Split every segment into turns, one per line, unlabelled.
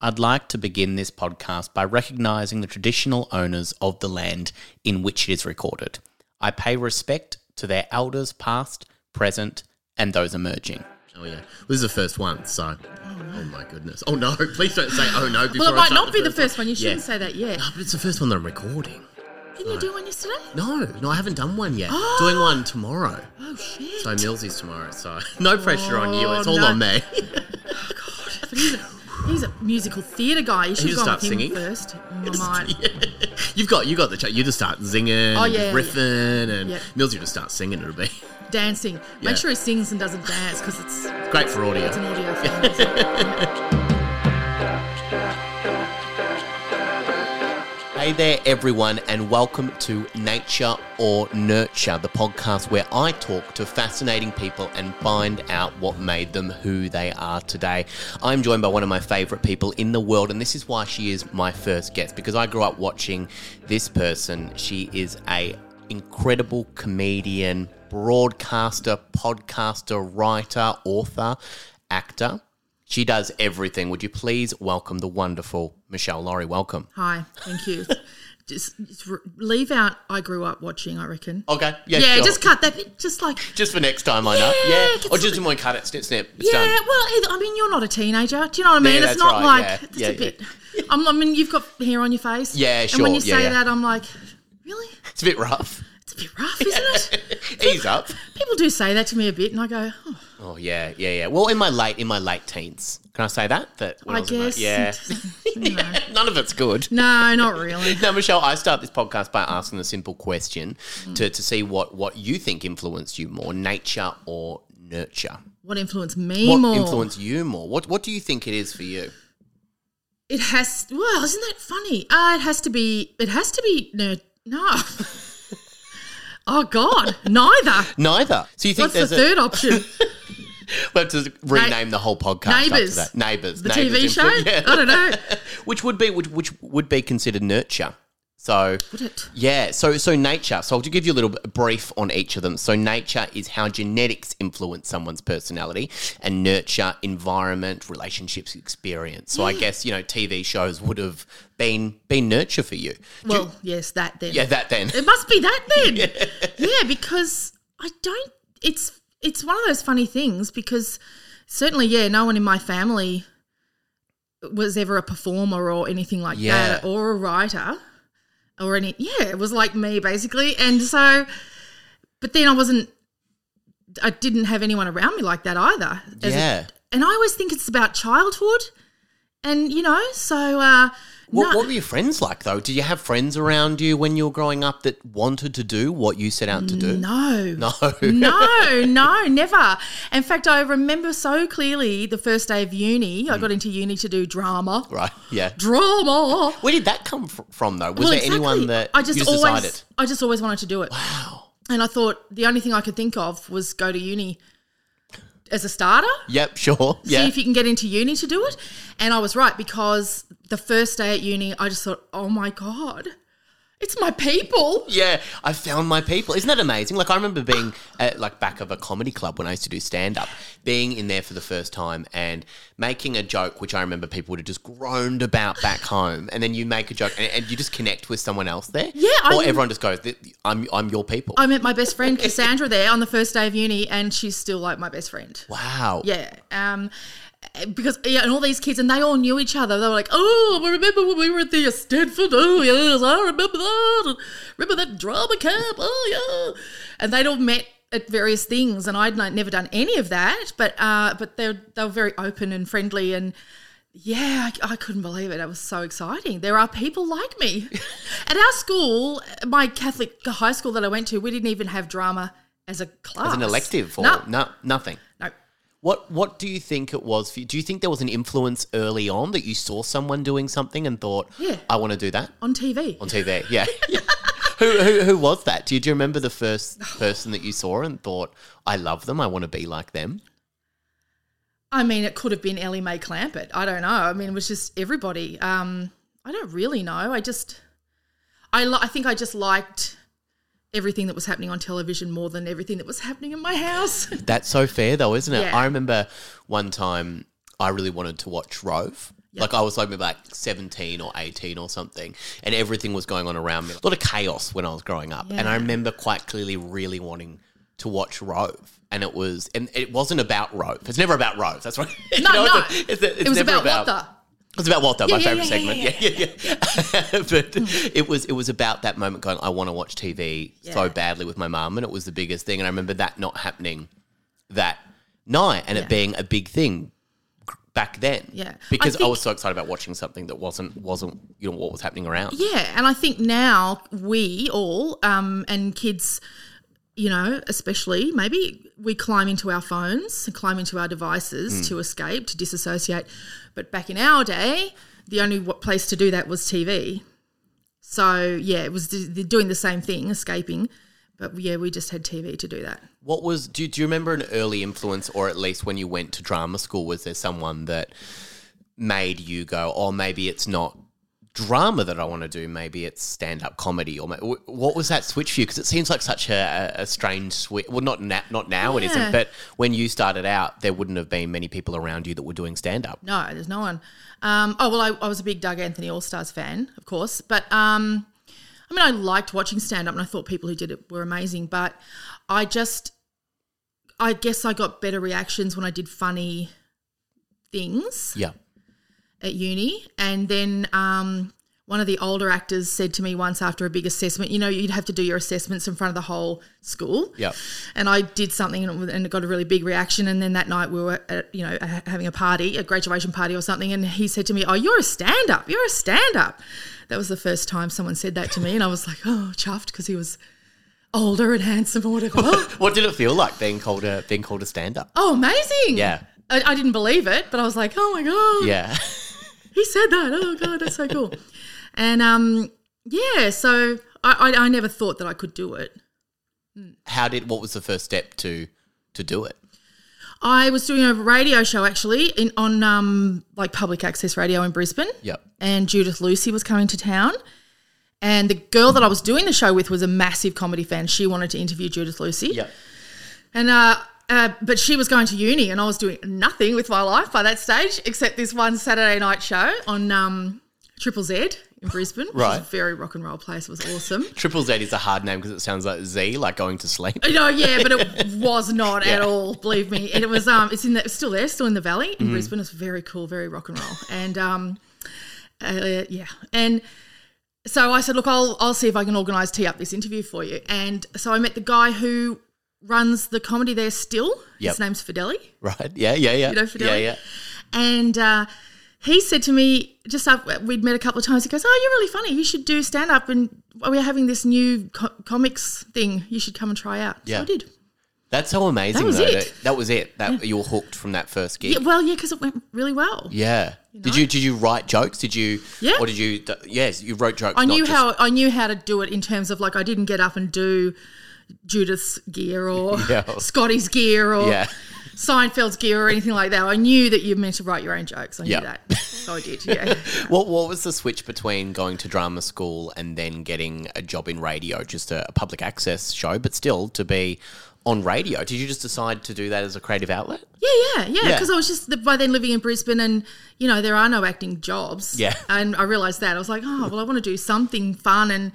I'd like to begin this podcast by recognizing the traditional owners of the land in which it is recorded. I pay respect to their elders, past, present, and those emerging.
Oh yeah, this is the first one. So, oh my goodness. Oh no! Please don't say oh no. Before
Well, it
I
might
start
not be the first one. You
Yeah.
shouldn't say that yet.
No, but it's the first one that I'm recording.
Didn't you do one yesterday?
No, no, I haven't done one yet. Doing one tomorrow.
Oh shit!
So Millsy's tomorrow. So no pressure on you. It's all
Oh, no.
on me.
But he's, a, he's a musical theatre guy. You should
just
go
start
with him
singing?
first. Oh, my.
You've got you got the chat. You just start zinging,
Oh,
and
yeah, yeah,
riffing, and
Yep.
Millsy just starts singing. It'll be
Dancing. Make
Yeah.
sure he sings and doesn't dance because it's
great for audio.
it's an audio thing.
Hey there, everyone, and welcome to Nature or Nurture, the podcast where I talk to fascinating people and find out what made them who they are today. I'm joined by one of my favorite people in the world, and this is why she is my first guest because I grew up watching this person. She is a incredible comedian, broadcaster, podcaster, writer, author, actor. She does everything. Would you please welcome the wonderful Michelle Laurie? Welcome.
Hi, thank you. Just, just re- leave out. I grew up watching. I reckon.
Okay. Oh, Yeah.
yeah,
sure.
just cut that. bit, Just like.
Just for next time, I know.
Yeah,
Yeah.
it's
Or just
something-
in one cut it, snip, snip. It's
Yeah, well,
done.
either, I mean, you're not a teenager. Do you know what I mean?
Yeah, that's
it's not
right,
like
yeah.
it's
Yeah,
a
yeah.
bit. I'm, I mean, you've got hair on your face.
Yeah,
And when
sure,
you
yeah,
say
yeah.
that, I'm like, really?
It's a bit rough.
It's a bit rough, isn't it?
Ease up.
People do say that to me a bit, and I go, oh,
Oh yeah, yeah, yeah. Well, in my late in my late teens, can I say that? That when
I
was in my-
guess.
yeah. None of it's good.
no, not really.
Now, Michelle, I start this podcast by asking a simple question to, to see what, what you think influenced you more, nature or nurture.
What influenced me
what
more?
influenced you more? What what do you think it is for you?
It has. Well, isn't that funny? Uh, it has to be. It has to be. No. no. oh God, neither.
Neither. So you think
What's the
there's a
third option?
we have to rename the whole podcast
Neighbours.
after that. Neighbours.
The
Neighbours
TV show?
influ- yeah.
I don't know.
which would be which, which would be considered nurture. So
Would it?
yeah, so so nature. So I'll just give you a little bit- brief on each of them. So nature is how genetics influence someone's personality, and nurture environment, relationships, experience. So I guess you know TV shows would have been been nurture for you. Do you-
Well, yes, that then.
yeah, that then.
It must be that then. yeah. because I don't it's it's one of those funny things because certainly yeah, no one in my family was ever a performer or anything like
Yeah.
that or a writer or any yeah, it was like me basically. And so but then I wasn't I didn't have anyone around me like that either. as a-
Yeah.
and I always think it's about childhood. And you know, so uh
What,
no-
what were your friends like though? Did you have friends around you when you were growing up that wanted to do what you set out to do? Oh,
no.
No.
no, no, never. In fact, I remember so clearly the first day of uni. I got into uni to do drama.
Hmm. Right. Yeah.
Drama.
Where did that come fr- from though? Was there anyone that
I just
you
always,
decided?
I just always wanted to do it. Wow. And I thought the only thing I could think of was go to uni as a starter.
Yep, sure. Yeah.
See if you can get into uni to do it. And I was right because the first day at uni, I just thought, oh my god, it's my people.
yeah, I found my people. Isn't that amazing? Like I remember being at, like back of a comedy club when I used to do stand up, being in there for the first time and making a joke, which I remember people would have just groaned about back home, and then you make a joke and, and you just connect with someone else there.
Yeah,
or
I'm-
everyone just goes, "Th- "I'm I'm your people."
I met my best friend Cassandra there on the first day of uni, and she's still like my best friend.
wow.
Yeah. Um, because yeah, and all these kids, and they all knew each other. They were like, "Oh, I remember when we were at the Stanford. Oh, yes, I remember that. Remember that drama camp. Oh, yeah." And they'd all met at various things, and I'd not, never done any of that. But uh, but they they were very open and friendly, and yeah, I, I couldn't believe it. It was so exciting. There are people like me at our school, my Catholic high school that I went to. We didn't even have drama as a class,
As an elective or
no,
no nothing.
no.
What What do you think it was for you? Do you think there was an influence early on that you saw someone doing something and thought,
Yeah.
I want to do that
on TV.
on TV? Yeah. who, who Who was that? Do you, do you remember the first person that you saw and thought, I love them, I want to be like them?
I mean, it could have been Ellie Mae Clampett. I don't know. I mean, it was just everybody. Um, I don't really know. I just, I, li- I think I just liked everything that was happening on television more than everything that was happening in my house.
That's so fair, though, isn't it?
Yeah.
I remember one time I really wanted to watch Rove. Like I was like maybe like seventeen or eighteen or something, and everything was going on around me. A lot of chaos when I was growing up, and I remember quite clearly really wanting to watch Rove. And it was, and it wasn't about Rove. It's never about Rove. That's right. You
No,
know,
no.
it's- it's- it's
it was
never
about, Walter.
it was about Walter, my
yeah,
favorite
yeah, yeah,
segment. Yeah, yeah, yeah. but it was it was about that moment going, I want to watch TV so
Yeah.
badly with my mum, and it was the biggest thing. And I remember that not happening that night, and it being a big thing g- back then.
Yeah. I
because I,
think-
was so excited about watching something that wasn't wasn't you know what was happening around.
Yeah, and I think now we all um, and kids, you know, especially maybe we climb into our phones and climb into our devices to escape, to disassociate. But back in our day, the only w- place to do that was TV. So yeah, it was d- d- doing the same thing, escaping. But yeah, we just had TV to do that.
What was do, do you remember an early influence, or at least when you went to drama school, was there someone that made you go, "Oh, maybe it's not drama that I want to do. Maybe it's stand-up comedy." Or ma- wh- what was that switch for you? Because it seems like such a, a a strange switch. Well, not na- not now it isn't,
Yeah.
but when you started out, there wouldn't have been many people around you that were doing stand-up.
No, there's no one. Um, oh well, I, I was a big Doug Anthony All Stars fan, of course, but um, I mean, I liked watching stand up, and I thought people who did it were amazing. But I just, I guess, I got better reactions when I did funny things
Yeah.
at uni, and then. Um, one of the older actors said to me once after a big assessment, you know, you'd have to do your assessments in front of the whole school
Yeah.
and I did something and it, and it got a really big reaction. And then that night we were, at, you know, ha- having a party, a graduation party or something, and he said to me, "Oh, you're a stand-up. You're a stand-up." That was the first time someone said that to me, and I was like, "Oh, chuffed," because he was older and handsome or whatever. oh,
What did it feel like being called a being called a stand-up?
amazing!
Yeah.
I, I didn't believe it, but I was like, "Oh my god,
Yeah.
he said that. Oh god, that's so cool." and um, yeah, so I, I, I never thought that I could do it.
How did what was the first step to to do it?
I was doing a radio show actually in on um, like public access radio in Brisbane.
Yep.
And Judith Lucy was coming to town. And the girl that I was doing the show with was a massive comedy fan. She wanted to interview Judith Lucy.
Yeah.
And uh, uh, but she was going to uni, and I was doing nothing with my life by that stage except this one Saturday night show on um, Triple Z in Brisbane. which is
Right.
a very rock and roll place. It was awesome.
Triple Z is a hard name because it sounds like Z, like going to sleep.
No, yeah, but it was not at all. Believe me, and it was um, it's in the, it's still there, still in the valley
Mm.
in Brisbane. It's very cool, very rock and roll, and um, uh, yeah, and so I said, look, I'll I'll see if I can organise tee up this interview for you, and so I met the guy who runs the comedy there still.
Yep.
His name's Fideli
Right? Yeah, yeah, yeah.
you know, Fidelity.
Yeah, yeah.
And uh, he said to me, just after we'd met a couple of times, he goes, Oh, you're really funny. You should do stand up. And we're having this new co- comics thing. You should come and try out.
Yeah.
So I did.
That's so amazing.
That was
though,
it.
That, that was it. That you were hooked from that first gig.
Yeah,
Yeah.
well, yeah, because it went really well.
Did you did you write jokes? Did you?
Yeah.
Or did you? d- Yes, you wrote jokes.
I
not
knew
just-
how I knew how to do it in terms of like I didn't get up and do Judith's gear or
Yeah.
Scotty's gear or
Yeah.
Seinfeld's gear or anything like that. I knew that you meant to write your own jokes. I
Yeah.
knew that. So I did. Yeah.
What What was the switch between going to drama school and then getting a job in radio, just a, a public access show, but still to be on radio? Did you just decide to do that as a creative outlet?
Yeah, yeah, yeah.
Yeah.
Because I was just the, by then living in Brisbane, and you know there are no acting jobs.
Yeah.
and I realised that I was like, oh well, I want to do something fun and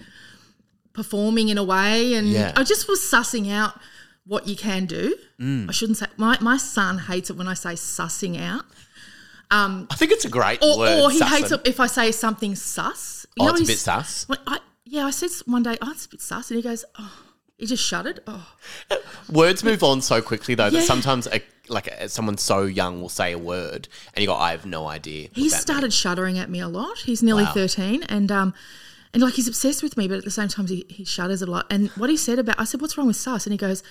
performing in a way, and
Yeah.
I just was sussing out what you can do.
Mm.
I shouldn't say my my son hates it when I say sussing out,
I think it's a great
or,
word.
or he
Sussin.
hates it if I say something sus. You
Oh,
know,
it's a
he's-
bit sus.
When I, yeah, I said one day, oh, it's a bit sus, and he goes, oh, he just shuddered. Oh,
Words move on so quickly though that
Yeah.
sometimes a, like a, someone so young will say a word and you go, I have no idea. what
He's
that
started shuddering at me a lot. He's nearly
Wow.
13 and um and like he's obsessed with me, but at the same time he, he shudders a lot. And what he said about I said, What's wrong with Sus? And he goes,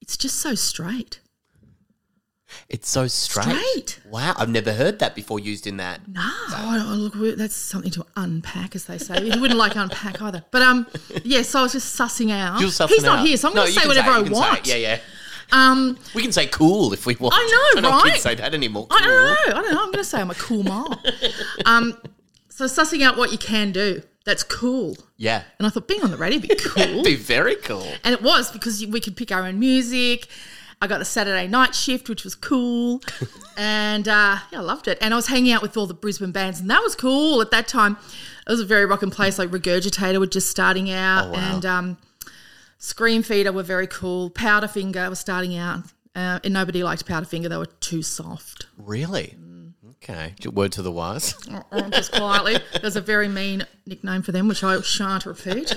It's just so straight.
It's so straight.
Straight.
Wow, I've never heard that before used in that.
Oh, look, we- that's something to unpack, as they say. He wouldn't like unpack either. But um, yeah, so I was just sussing out.
You're sussing
He's not
out.
here, so I'm
No, you
going to say
can it,
whatever
you
I
can say it.
want.
Yeah, yeah.
Um,
We can say cool if we want.
I know,
don't know if
right?
kids say that anymore.
I
Cool.
don't know. I don't know. I'm going to say I'm a cool mom. um, so sussing out what you can do. That's cool.
Yeah.
And I thought being on the radio would be cool.
It'd be very cool.
And it was because we could pick our own music. I got the Saturday night shift, which was cool. and uh, yeah, I loved it. And I was hanging out with all the Brisbane bands, and that was cool at that time. It was a very rocking place. Like Regurgitator were just starting out, and um, Scream Feeder were very cool. Powderfinger was starting out, uh, and nobody liked Powderfinger. They were too soft.
Really? Okay. J- Word to the wise.
Or just quietly. There's a very mean nickname for them, which I shan't repeat.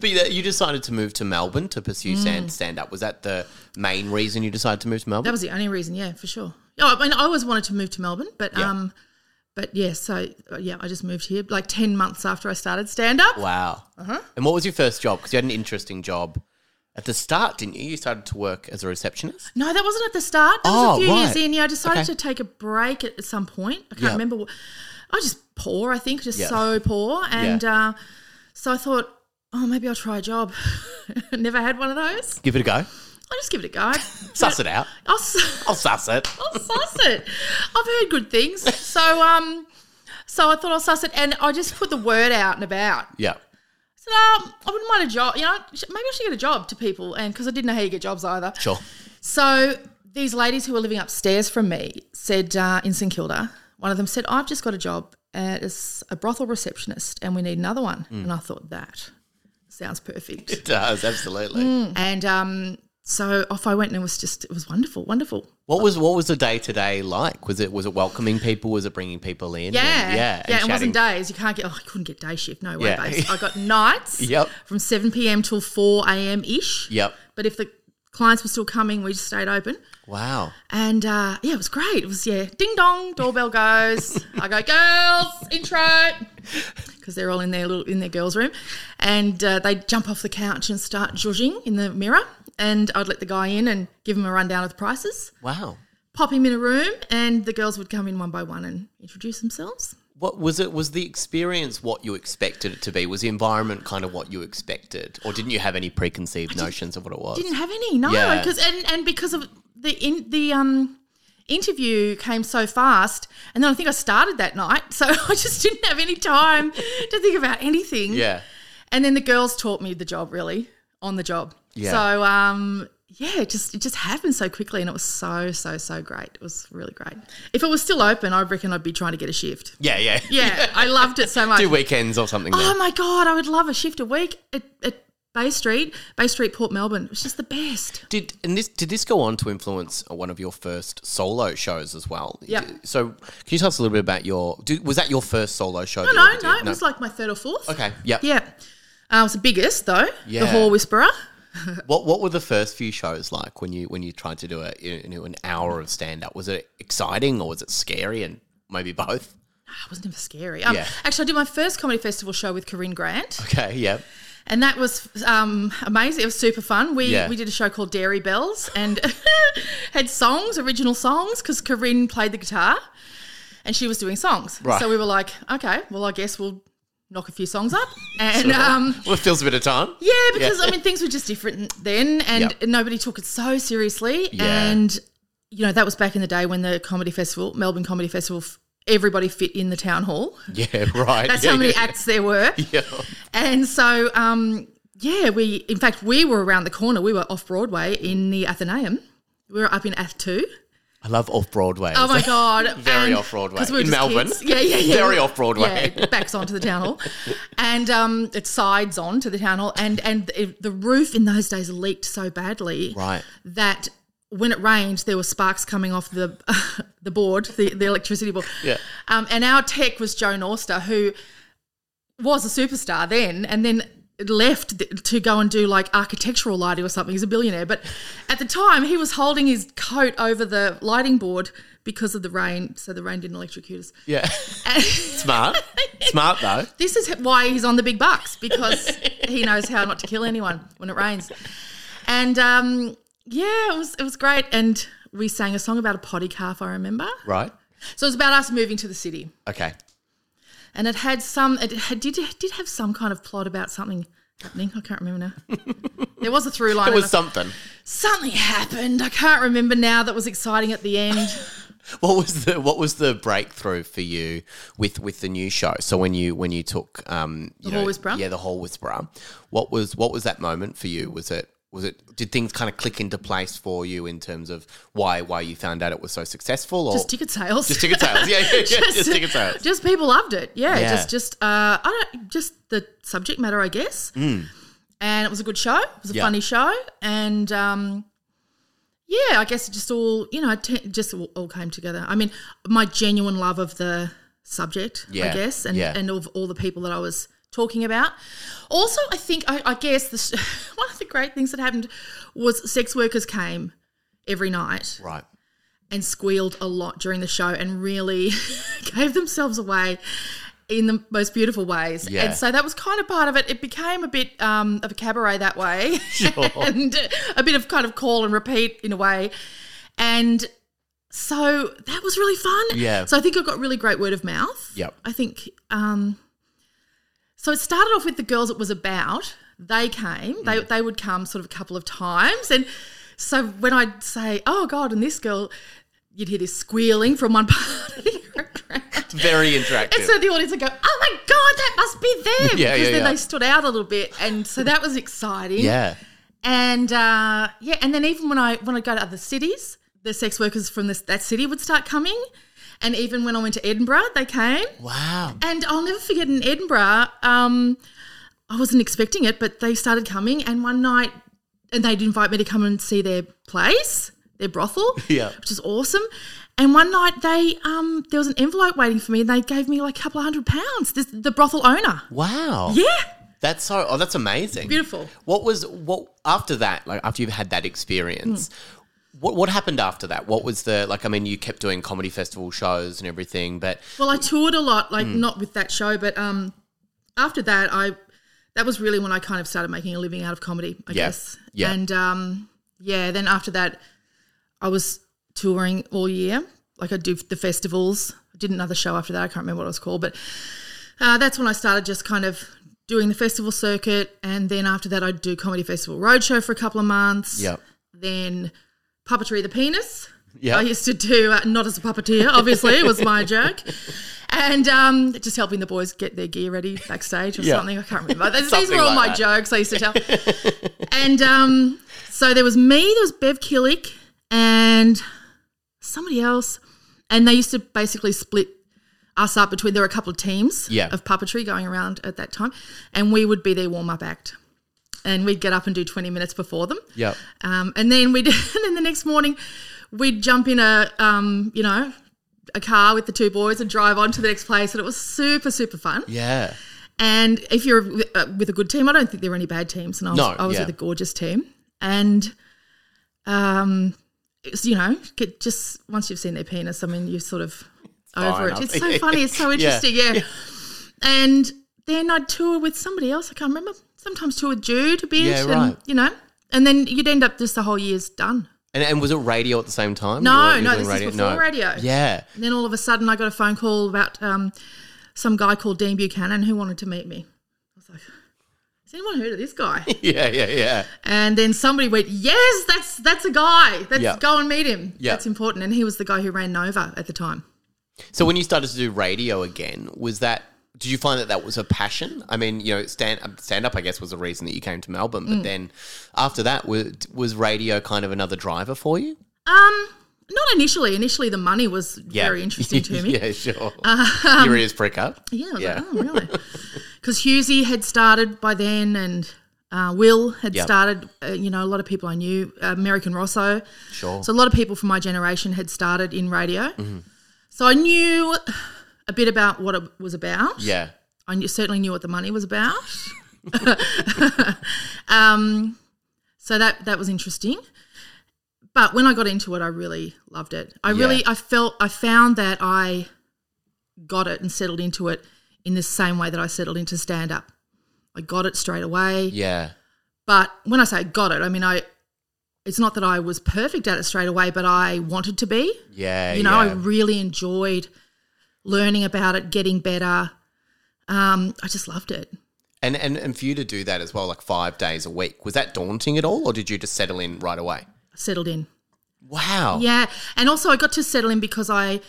But you you decided to move to Melbourne to pursue
Mm.
stand stand up. Was that the main reason you decided to move to
That
Melbourne?
was the only reason, yeah, for sure. Yeah, I mean, I always wanted to move to Melbourne, but
Yeah.
um, but yeah, so uh, yeah, I just moved here like ten months after I started stand up.
wow. And what was your first job? Because you had an interesting job at the start, didn't you? You started to work as a receptionist.
No, that wasn't at the start. That
Oh,
was a few years
right.
in. Yeah, I decided
Okay.
to take a break at, at some point. I can't
Yeah.
remember. What, I was just poor. I think just
Yeah.
so poor, and uh, so I thought, oh, maybe I'll try a job. Never had one of those.
Give it a go.
I'll just give it a go.
Suss it out.
I'll s-
I'll suss it.
I'll suss it. I've heard good things. So um so I thought I'll suss it and I just put the word out and about. I
Yeah.
said, um, I wouldn't mind a job, you know, sh- maybe I should get a job to people and because I didn't know how you get jobs either.
Sure.
So these ladies who were living upstairs from me said uh, in St Kilda, one of them said, I've just got a job as a brothel receptionist and we need another one.
Mm.
And I thought that sounds perfect.
It does, absolutely.
And um so off I went and it was just it was wonderful, wonderful.
What was what was the day to day like? Was it was it welcoming people? Was it bringing people in?
Yeah,
And- yeah,
yeah. It
chatting?
wasn't days. You can't get. Oh, I couldn't get day shift. No way,
Yeah.
babes. I got nights.
Yep.
From seven pm till four am ish.
Yep.
But if the clients were still coming, we just stayed open.
Wow.
And uh, yeah, it was great. It was yeah, ding dong, doorbell goes. I go, girls, intro, because they're all in their little in their girls' room, and uh, they jump off the couch and start zhuzhing in the mirror. And I'd let the guy in and give him a rundown of the prices.
Wow.
Pop him in a room, and the girls would come in one by one and introduce themselves.
What was it? Was the experience what you expected it to be? Was the environment kind of what you expected, or didn't you have any preconceived notions of what it was?
didn't have any no
Yeah.
because and and because of the in the um interview came so fast and then i think i started that night so i just didn't have any time to think about anything
yeah.
and then the girls taught me the job really on the job
Yeah.
so um yeah it just it just happened so quickly and it was so so so great it was really great if it was still open i reckon i'd be trying to get a shift
Yeah. Yeah.
yeah i loved it so much
Two weekends or something.
Oh
there.
my god, I would love a shift a week at, at Bay Street, Bay Street, Port Melbourne. It's just the best.
Did and this did this go on to influence one of your first solo shows as well?
Yep.
So can you tell us a little bit about your? Do, was that your first solo show?
No, no, no, it was like my third or fourth.
okay. Yep.
Yeah, uh, it was the biggest though.
Yeah.
The Whore Whisperer. Ah,
What What were the first few shows like when you when you tried to do a you know, an hour of stand up? Was it exciting or was it scary and maybe both?
Ah, It was never scary. Um,
Yeah.
Actually, I did my first comedy festival show with Corinne Grant,
Okay. Yeah.
and that was um, amazing. It was super fun. We
Yeah.
we did a show called Dairy Bells and had songs, original songs, because Corinne played the guitar and she was doing songs.
Right.
So we were like, okay, well, I guess we'll knock a few songs up, and um,
Well, it fills a bit of time.
Yeah, because I mean things were just different then, and
Yep.
nobody took it so seriously.
Yeah.
And you know that was back in the day when the comedy festival, Melbourne Comedy Festival, f- everybody fit in the town hall.
Yeah. Right.
That's
yeah,
how many
yeah,
acts there were.
yeah.
And so, um, yeah, we in fact we were around the corner. We were off Broadway in the Athenaeum. We were up in Ath two.
I love off Broadway.
Oh my god!
Very off-Broadway.
'cause we were
In
just
Melbourne.
kids. Yeah, yeah, yeah.
Very off-Broadway.
Yeah, it backs onto the town hall, and um, it sides on to the town hall, and and it, the roof in those days leaked so badly,
Right.
that. When it rained, there were sparks coming off the the board, the, the electricity board.
Yeah.
Um, and our tech was Joan Auster, who was a superstar then, and then left th- to go and do like architectural lighting or something. He's a billionaire, but at the time he was holding his coat over the lighting board because of the rain, so the rain didn't electrocute us.
Yeah.
And
Smart. Smart though.
this is why he's on the big bucks because he knows how not to kill anyone when it rains. And um, yeah, it was it was great, and we sang a song about a potty calf, I remember.
Right.
So it was about us moving to the city.
Okay.
And it had some, it had, did, it did have some kind of plot about something happening. I can't remember now. there was a through line.
It
and
was
I-
something.
something happened. I can't remember now that was exciting at the end.
What was the What was the breakthrough for you with with the new show? So when you when you took um you
The
know,
Hall Whisperer?
yeah, the whole whisperer. What was what was that moment for you? Was it was it did things kind of click into place for you in terms of why why you found out it was so successful? Or
Just ticket sales.
Just ticket sales. Yeah, yeah, yeah. Just, ticket sales.
just people loved it. Yeah,
Yeah.
just just uh, I don't just the subject matter, I guess. And it was a good show. It was a
Mm. Yeah.
funny show, and um, yeah, I guess it just all you know, it t- just all, all came together. I mean, my genuine love of the subject,
Yeah.
I guess, and
Yeah.
and of all the people that I was talking about. Also, I think I, I guess this, one of the great things that happened was sex workers came every night
right.
and squealed a lot during the show and really gave themselves away in the most beautiful ways.
Yeah.
And so that was kind of part of it. It became a bit um, of a cabaret that way and a bit of kind of call and repeat in a way. And so that was really fun.
Yeah.
So I think I got really great word of mouth.
Yep.
I think um, so it started off with the girls it was about. They came. They
Mm.
they would come sort of a couple of times, and so when I'd say, "Oh God," and this girl, you'd hear this squealing from one part of the crowd.
Very
And
interactive.
so the audience would go, "Oh my God, that must be them!"
Yeah,
because
yeah,
then
yeah.
they stood out a little bit, and so that was exciting.
yeah.
and uh, yeah, and then even when I when I go to other cities, the sex workers from this that city would start coming, and even when I went to Edinburgh, they came.
Wow.
And I'll never forget in Edinburgh, um, I wasn't expecting it, but they started coming. And one night, and they'd invite me to come and see their place, their brothel,
Yeah.
which is awesome. And one night, they um, there was an envelope waiting for me, and they gave me like a couple of hundred pounds. This, the brothel owner,
Wow.
yeah,
That's so. Oh, that's amazing.
beautiful.
What was what after that? Like after you've had that experience,
Hmm.
what what happened after that? What was the like? I mean, you kept doing comedy festival shows and everything, but
Well, I toured a lot, like
Hmm.
not with that show, but um, after that, I that was really when I kind of started making a living out of comedy, I
Yeah.
guess.
Yeah.
And um, yeah, then after that, I was touring all year. Like I do the festivals. I did another show after that. I can't remember what it was called, but uh, that's when I started just kind of doing the festival circuit. And then after that, I'd do comedy festival roadshow for a couple of months.
Yep.
Then puppetry of the penis.
yeah,
I used to do uh, not as a puppeteer, obviously, it was my joke. And um, just helping the boys get their gear ready backstage or
Yeah.
something. I can't remember. These these
Something
were all
like
my
that.
jokes I used to tell. and um, so there was me, there was Bev Killick, and somebody else. And they used to basically split us up between, there were a couple of teams
Yeah.
of puppetry going around at that time. And we would be their warm up act. And we'd get up and do 20 minutes before them.
yeah,
Um, and then we'd, and then the next morning, we'd jump in a, um, you know, a car with the two boys and drive on to the next place, and it was super, super fun.
yeah,
And if you're with, uh, with a good team, I don't think there were any bad teams, and I was,
No,
I was
yeah.
with a gorgeous team, and um, it's, you know, get, just once you've seen their penis, I mean, you're sort of
fine,
over it.
I
It's
think.
so funny. It's so interesting. Yeah. And then I'd tour with somebody else. I can't remember. Sometimes tour with Jude a bit.
Yeah,
and,
right.
You know, and then you'd end up just the whole year's done.
And, and was it radio at the same time?
No,
You were- you
no,
were
this
doing
is before radio.
Yeah,
And then all of a sudden, I got a phone call about um, some guy called Dean Buchanan who wanted to meet me. I was like, has anyone heard of this guy?
yeah, yeah, yeah.
and then somebody went, yes, that's that's a guy. That's
Yeah.
go and meet him.
Yeah.
That's important. And he was the guy who ran Nova at the time.
So when you started to do radio again, was that? Did you find that that was a passion? I mean, you know, stand up, stand up, I guess, was the reason that you came to Melbourne.
Mm.
But then, after that, was, was radio kind of another driver for you?
Um, not initially. Initially, the money was very interesting to me. Um,
yeah, sure. Your ears prick up.
Yeah, I was
Yeah.
like, oh, really? Because Husey had started by then, and uh, Will had
Yep.
started. Uh, you know, a lot of people I knew, uh, American Rosso.
Sure. Mm-hmm.
So a lot of people from my generation had started in radio. So I knew a bit about what it was about.
Yeah.
I knew, certainly knew what the money was about. um, so that that was interesting. But when I got into it, I really loved it. I really,
Yeah.
I felt, I found that I got it and settled into it in the same way that I settled into stand up. I got it straight away.
Yeah.
But when I say got it, I mean I it's not that I was perfect at it straight away, but I wanted to be.
Yeah,
You know,
Uh,
I
yeah.
really enjoyed learning about it, getting better. Um, I just loved it.
And, and and for you to do that as well, like five days a week, was that daunting at all, or did you just settle in right away?
I settled in.
Wow.
Yeah, and also I got to settle in because I,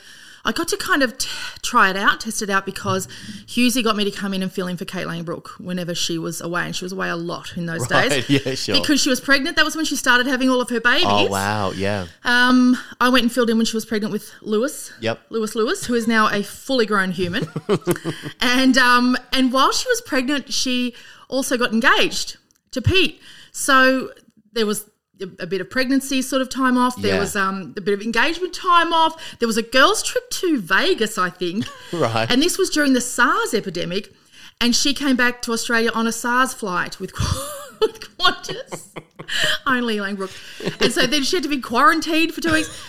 I got to kind of t- try it out, test it out because Husey got me to come in and fill in for Kate Langbrook whenever she was away, and she was away a lot in those
Right,
days.
yeah, sure.
Because she was pregnant, that was when she started having all of her babies.
Oh wow. Yeah.
Um, I went and filled in when she was pregnant with Lewis.
Yep.
Lewis Lewis, who is now a fully grown human, and um, and while she was pregnant, she also got engaged to Pete. So there was a- a bit of pregnancy sort of time off. There
Yeah.
was um, a bit of engagement time off. There was a girls' trip to Vegas, I think.
Right.
And this was during the SARS epidemic, and she came back to Australia on a SARS flight with, Qu- with Qantas. Only Langbrook. And so then she had to be quarantined for two weeks.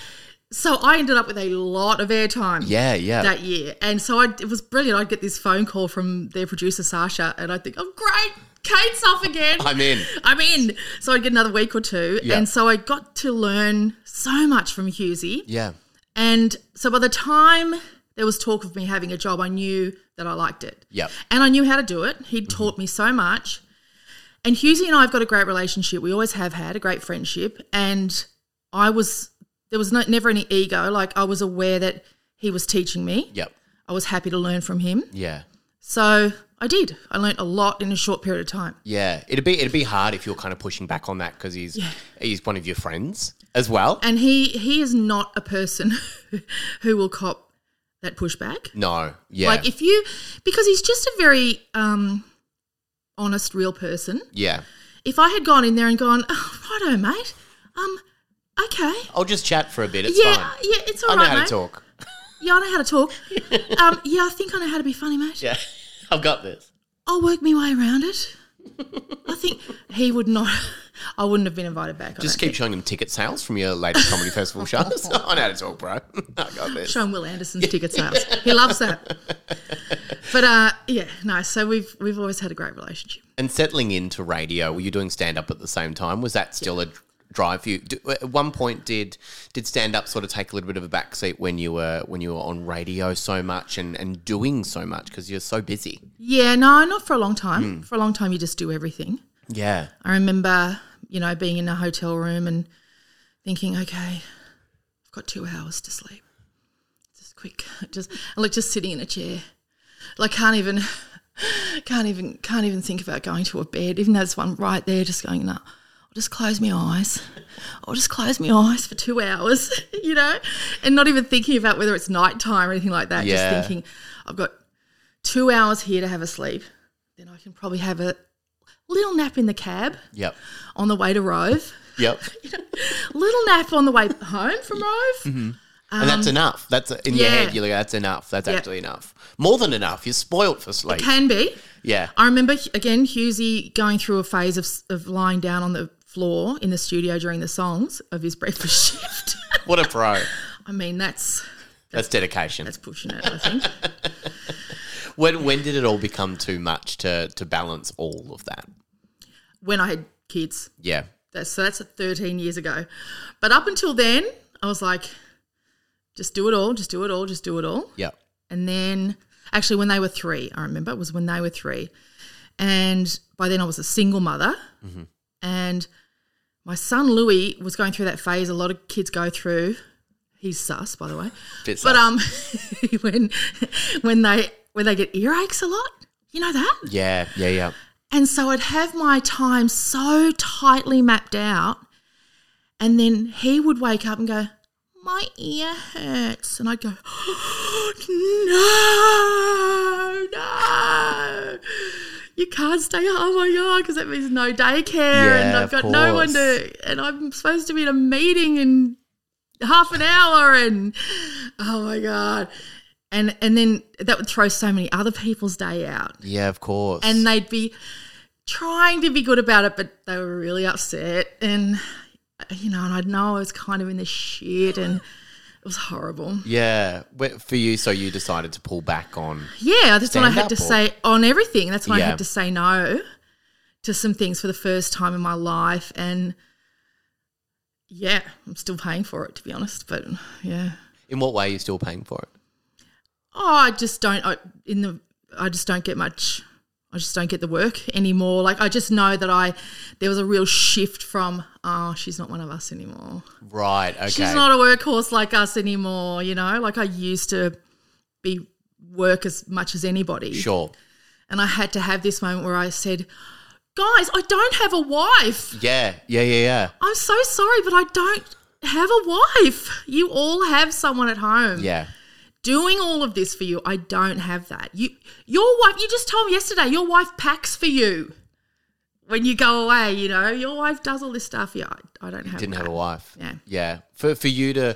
So I ended up with a lot of airtime.
Yeah, yeah.
That year. And so I, it was brilliant. I'd get this phone call from their producer, Sasha, and I'd think, oh, great. Kate's off again.
I'm in.
I'm in. So I'd get another week or two.
Yeah.
And so I got to learn so much from Husey.
Yeah.
And so by the time there was talk of me having a job, I knew that I liked it.
Yep. Mm-hmm.
And I knew how to do it. He'd taught me so much. And Husey and I have got a great relationship. We always have had a great friendship. And I was, there was no, never any ego. Like I was aware that he was teaching me.
Yep.
I was happy to learn from him.
Yeah.
So I did. I learnt a lot in a short period of time.
Yeah. It'd be it'd be hard if you're kind of pushing back on that because he's he's one of your friends as well.
And he, he is not a person who will cop that pushback.
no. Yeah.
Like if you because he's just a very um honest, real person.
yeah.
If I had gone in there and gone, oh, righto, mate, um, okay.
I'll just chat for a bit. It's
yeah,
fine.
yeah, it's
I
all
know
right,
how
mate.
to talk.
Yeah, I know how to talk. um, yeah, I think I know how to be funny, mate.
Yeah. I've got this.
I'll work me way around it. I think he would not. I wouldn't have been invited back. I
Just
don't
keep showing him ticket sales from your latest comedy festival shows. I know how to talk, bro. I got
think.
this.
Show him Will Anderson's ticket sales. He loves that. But uh, yeah, no. So we've we've always had a great relationship.
And settling into radio, were you doing stand up at the same time? Was that still a drive for you? Do, at one point, did did stand up sort of take a little bit of a backseat when you were when you were on radio so much and and doing so much because you're so busy?
Yeah, no, not for a long
Hmm.
time. For a long time, you just do everything.
Yeah,
I remember, you know, being in a hotel room and thinking, okay, I've got two hours to sleep. Just quick, just and like just sitting in a chair, like can't even, can't even, can't even think about going to a bed. Even though there's one right there, just going, no, I'll just close my eyes. I'll just close my eyes for two hours, you know, and not even thinking about whether it's nighttime or anything like that.
Yeah.
Just thinking, I've got two hours here to have a sleep. Then I can probably have a little nap in the cab
yep,
on the way to Rove.
yep.
Little nap on the way home from Rove.
Mm-hmm. and that's enough. That's in your
Um, yeah.
head. You're like, that's enough. That's
Yep.
actually enough. More than enough. You're spoiled for sleep.
Can be.
Yeah,
I remember again Husey going through a phase of, of lying down on the floor in the studio during the songs of his breakfast shift.
what a pro.
I mean, that's
That's dedication.
that's pushing it. I think.
When when did it all become too much to to balance all of that?
when I had kids,
Yeah,
that's so that's 13 years ago. But up until then, I was like, just do it all, just do it all, just do it all.
yep,
And then, actually, when they were three, I remember it was when they were three. And by then, I was a single mother.
Mm-hmm.
And my son Louis was going through that phase a lot of kids go through. He's sus, by the way.
Bit sus.
But um, when when they when they get earaches a lot, you know that.
yeah, yeah, yeah.
And so I'd have my time so tightly mapped out. And then he would wake up and go, My ear hurts. And I'd go, No, no. You can't stay. Oh my God. Because that means no daycare. and
Yeah,
I've
of
got no
course.
one to. And I'm supposed to be in a meeting in half an hour. And oh my God. And, and then that would throw so many other people's day out
Yeah, of course.
and they'd be trying to be good about it, but they were really upset. And you know, and I'd know I was kind of in the shit, and it was horrible.
yeah, Wait, for you, so you decided to pull back on.
Yeah, that's when I
Stand
had
up
to
or-
say on everything. That's when I
Yeah.
had to say no to some things for the first time in my life, and yeah, I'm still paying for it to be honest, but yeah.
In what way are you still paying for it?
oh, I just don't I, in the I just don't get much. I just don't get the work anymore. Like I just know that I there was a real shift from oh, she's not one of us anymore.
Right. Okay.
She's not a workhorse like us anymore. You know, like I used to be work as much as anybody.
sure.
And I had to have this moment where I said, guys, I don't have a wife.
Yeah. Yeah. Yeah. Yeah.
I'm so sorry, but I don't have a wife. You all have someone at home
Yeah.
doing all of this for you. I don't have that. You, your wife. You just told me yesterday your wife packs for you when you go away. You know, your wife does all this stuff. Yeah, I, I don't have.
Didn't
that.
have a wife.
Yeah.
Yeah. For for you to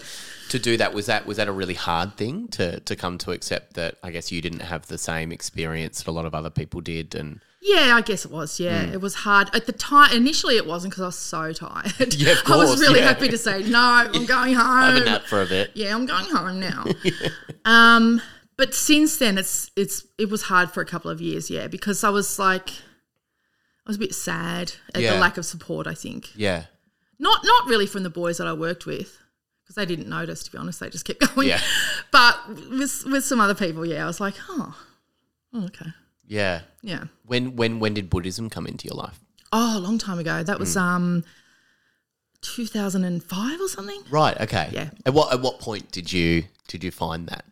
to do that was that was that a really hard thing to to come to accept that I guess you didn't have the same experience that a lot of other people did and
Yeah, I guess it was.
Hmm.
Yeah, it was hard at the time. Initially, it wasn't because I was so tired.
Yeah, of
I
course,
was really
yeah.
happy to say no. I'm going home.
have a nap for a bit.
yeah, I'm going home now. um, but since then, it's it's it was hard for a couple of years, yeah, because I was like, I was a bit sad at
Yeah.
the lack of support. I think
Yeah.
not not really from the boys that I worked with because they didn't notice. To be honest, they just kept going.
Yeah.
But with with some other people, yeah, I was like, oh, oh, okay,
Yeah.
yeah.
When when when did Buddhism come into your life?
Oh, a long time ago. That
Mm.
was um, two thousand and five or something.
Right. Okay.
Yeah.
At what at what point did you did you find that?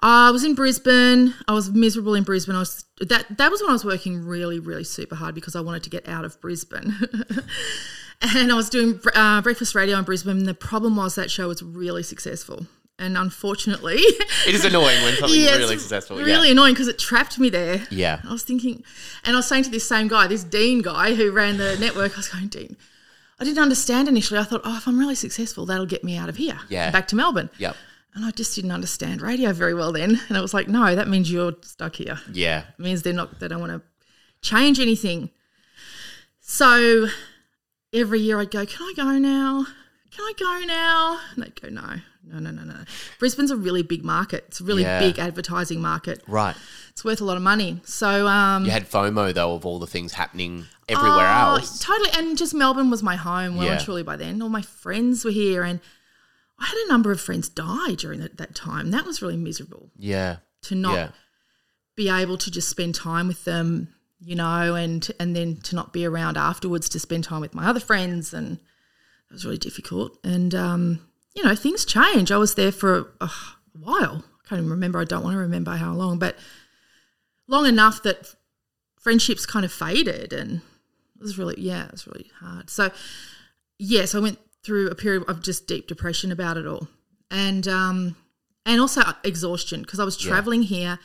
I was in Brisbane. I was miserable in Brisbane. I was that that was when I was working really, really super hard because I wanted to get out of Brisbane. and I was doing uh, breakfast radio in Brisbane. And the problem was that show was really successful, and unfortunately,
It is annoying when something
Yeah,
really
it's
successful.
Really
yeah.
annoying because it trapped me there.
Yeah.
I was thinking, and I was saying to this same guy, this Dean guy who ran the network, I was going, Dean, I didn't understand initially. I thought, oh, if I'm really successful, that'll get me out of here.
Yeah.
Back to Melbourne.
Yep.
And I just didn't understand radio very well then. And I was like, no, that means you're stuck here.
Yeah.
It means they're not, they don't want to change anything. So every year I'd go, can I go now? Can I go now? And they'd go, no, no, no, no, no. Brisbane's a really big market. It's a really
Yeah.
big advertising market.
Right.
It's worth a lot of money. So, um,
You had FOMO though of all the things happening everywhere
Oh,
else.
Totally. And just Melbourne was my home, well
Yeah.
and truly by then. All my friends were here. And I had a number of friends die during that, that time. That was really miserable
Yeah.
to not
Yeah.
be able to just spend time with them, you know, and and then to not be around afterwards to spend time with my other friends. And it was really difficult. And, um, you know, things change. I was there for a, a while. I can't even remember. I don't want to remember how long, but long enough that friendships kind of faded and it was really yeah it was really hard so yes i went through a period of just deep depression about it all and um and also exhaustion because i was traveling here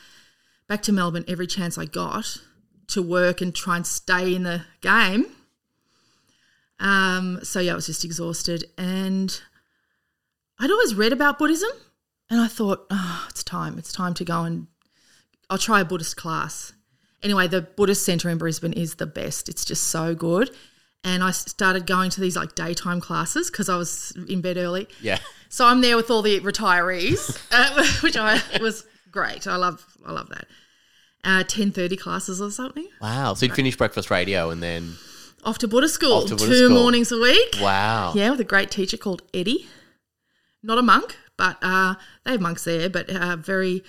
back to melbourne every chance i got to work and try and stay in the game um so yeah i was just exhausted and i'd always read about buddhism and i thought oh it's time it's time to go and i'll try a buddhist class anyway, the Buddhist Centre in Brisbane is the best. It's just so good. And I started going to these like daytime classes because I was in bed early.
Yeah.
So I'm there with all the retirees, uh, which I was great. I love, I love that. Uh, Ten thirty classes or something.
Wow. So you'd finish breakfast radio and then
Off to Buddha school,
Off to Buddha
two
school.
mornings a week.
wow.
Yeah, with a great teacher called Eddie. Not a monk, but uh, they have monks there, but uh, very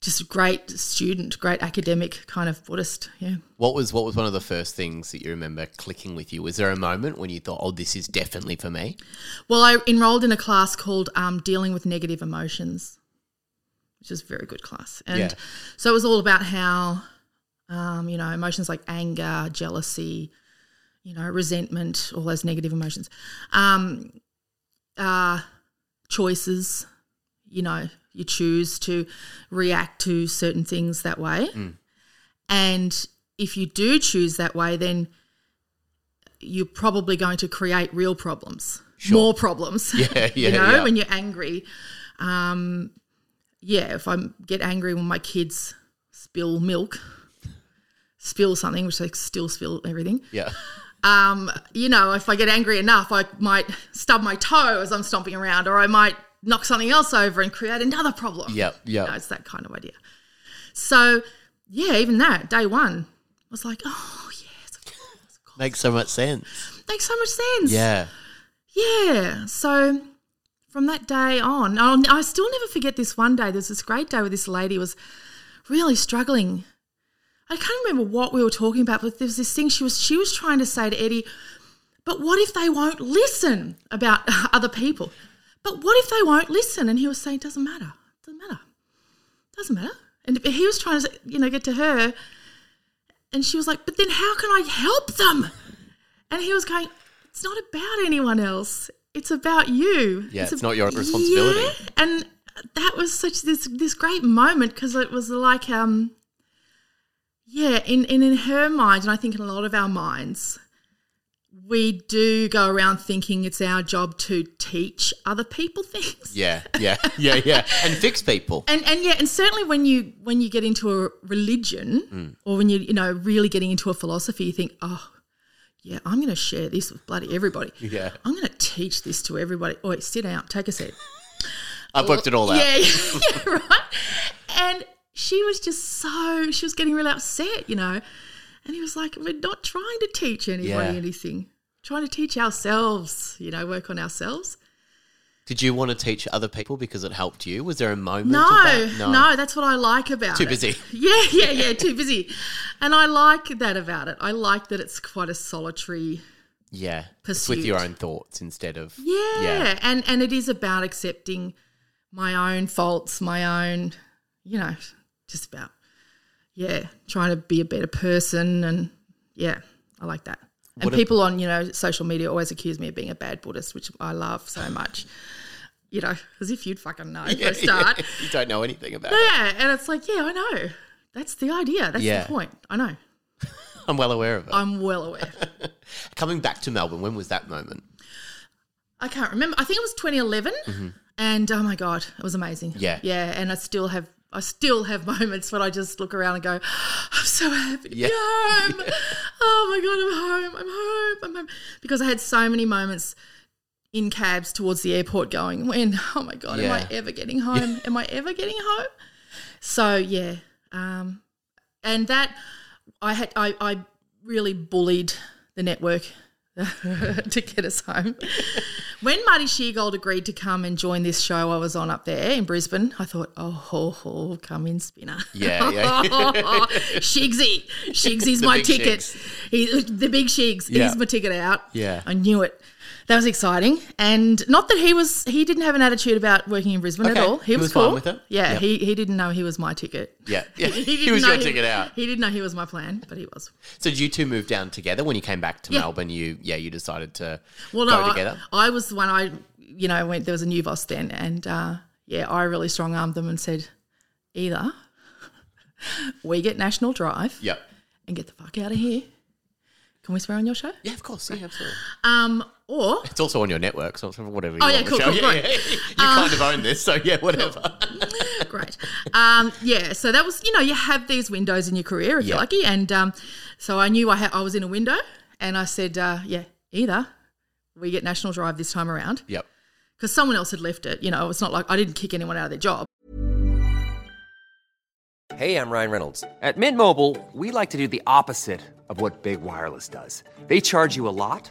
just great student, great academic kind of Buddhist. Yeah.
What was what was one of the first things that you remember clicking with you? Was there a moment when you thought, "Oh, this is definitely for me"?
Well, I enrolled in a class called um, Dealing with Negative Emotions, which is a very good class. And
Yeah.
so it was all about how, um, you know, emotions like anger, jealousy, you know, resentment, all those negative emotions, um, uh, choices, you know, you choose to react to certain things that way. And if you do choose that way, then you're probably going to create real problems, more problems.
Yeah, yeah,
you know,
yeah.
when you're angry. Um, yeah, if I get angry when my kids spill milk, spill something, which they still spill everything.
Yeah,
Um, you know, if I get angry enough, I might stub my toe as I'm stomping around, or I might knock something else over and create another problem.
yeah, yeah.
You know, it's that kind of idea. So, yeah, even that day one I was like, oh yes,
Makes so much sense.
makes so much sense.
Yeah,
yeah, so from that day on, I'll, I still never forget this one day. There's this great day where this lady was really struggling. I can't remember what we were talking about, but there was this thing she was she was trying to say to Eddie, but what if they won't listen about other people? But what if they won't listen? And he was saying, doesn't matter, doesn't matter, doesn't matter. And he was trying to you know get to her, and she was like, but then how can I help them? And he was going, it's not about anyone else. It's about you.
Yeah, it's
ab-
not your responsibility.
Yeah. And that was such this this great moment because it was like um yeah, in, in in her mind, and I think in a lot of our minds, we do go around thinking it's our job to teach other people things.
Yeah, yeah, yeah, yeah. And fix people.
And and yeah, and certainly when you when you get into a religion
Mm.
or when you you know really getting into a philosophy, you think, oh, yeah, I'm going to share this with bloody everybody.
Yeah.
I'm going to teach this to everybody. Oi, sit out, take a seat.
I've worked it all out.
Yeah, yeah, right. And she was just so she was getting really upset, you know. And he was like, "We're not trying to teach anybody
Yeah.
anything. Trying to teach ourselves, you know, work on ourselves."
Did you want to teach other people because it helped you? Was there a moment? of
No,
that?
no, that's what I like about
Too
it.
busy.
Yeah, yeah, yeah, too busy. And I like that about it. I like that it's quite a solitary
Yeah. It's with
Pursuit.
your own thoughts instead of.
Yeah.
Yeah.
And and it is about accepting my own faults, my own, you know, just about yeah, trying to be a better person and yeah, I like that. And
What a-
people on, you know, social media always accuse me of being a bad Buddhist, which I love so much. You know, as if you'd fucking know for a start. Yeah.
you don't know anything about it.
and it's like, yeah, I know. That's the idea. That's
Yeah.
the point. I know.
I'm well aware of it.
I'm well aware.
Coming back to Melbourne, when was that moment?
I can't remember. I think it was 2011, and oh my god, it was amazing.
Yeah.
yeah, and I still have. I still have moments when I just look around and go, I'm so happy to
Yeah.
be home. Oh my God, I'm home. I'm home. I'm home. Because I had so many moments in cabs towards the airport going, when, oh my God, am
Yeah.
I ever getting home? Am I ever getting home? So, yeah. Um, and that, I had, I, I really bullied the network to get us home. when Marty Sheargold agreed to come and join this show I was on up there in Brisbane, I thought, oh, ho, ho, come in, spinner.
Yeah, yeah.
Shigsy. Shigsy's my
big
ticket.
Shigs.
He, the big Shigs.
Yeah.
He's my ticket out.
Yeah.
I knew it. That was exciting. And not that he was, he didn't have an attitude about working in Brisbane
Okay.
at all. He,
He
was,
was fine
cool.
with it?
Yeah,
Yep.
he, he didn't know he was my ticket.
Yeah. yeah. he
didn't
was
know
your ticket out.
He didn't know he was my plan, but he was.
So did you two moved down together when you came back to
Yeah.
Melbourne? You yeah, you decided to
Well,
go
no, I,
together.
I was the one I, you know, went, there was a new boss then. And uh, yeah, I really strong armed them and said, either we get National Drive
Yep.
and get the fuck out of here. Can we swear on your show?
Yeah, of course. Yeah, absolutely.
Um, or
It's also on your network, so it's whatever you
Oh,
want.
yeah, cool,
Michelle.
cool,
yeah,
great. Uh,
yeah. You kind of own this, so yeah, whatever.
great. Um, yeah, so that was you know you have these windows in your career if
Yeah.
you're lucky, and um, so I knew I ha- I was in a window, and I said, uh, yeah, either we get National Drive this time around
Yep.
because someone else had left it. You know, it's not like I didn't kick anyone out of their job.
Hey, I'm Ryan Reynolds. At Mint Mobile, we like to do the opposite of what Big Wireless does. They charge you a lot,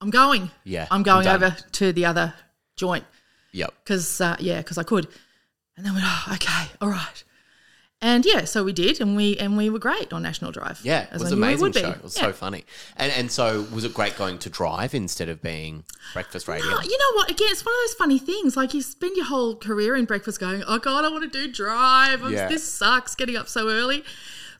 I'm going.
Yeah,
I'm going
I'm done.
over to the other joint.
Yep.
because uh, yeah, because I could. And then went, oh, okay, all right. And yeah, so we did, and we and we were great on National Drive.
Yeah, it
as
was
I
an
knew we
amazing
would be.
show. It was
Yeah.
so funny. And and so was it great going to drive instead of being breakfast radio?
Oh, you know what? Again, it's one of those funny things. Like you spend your whole career in breakfast going, "Oh God, I want to do drive. I'm-
Yeah.
This sucks, getting up so early."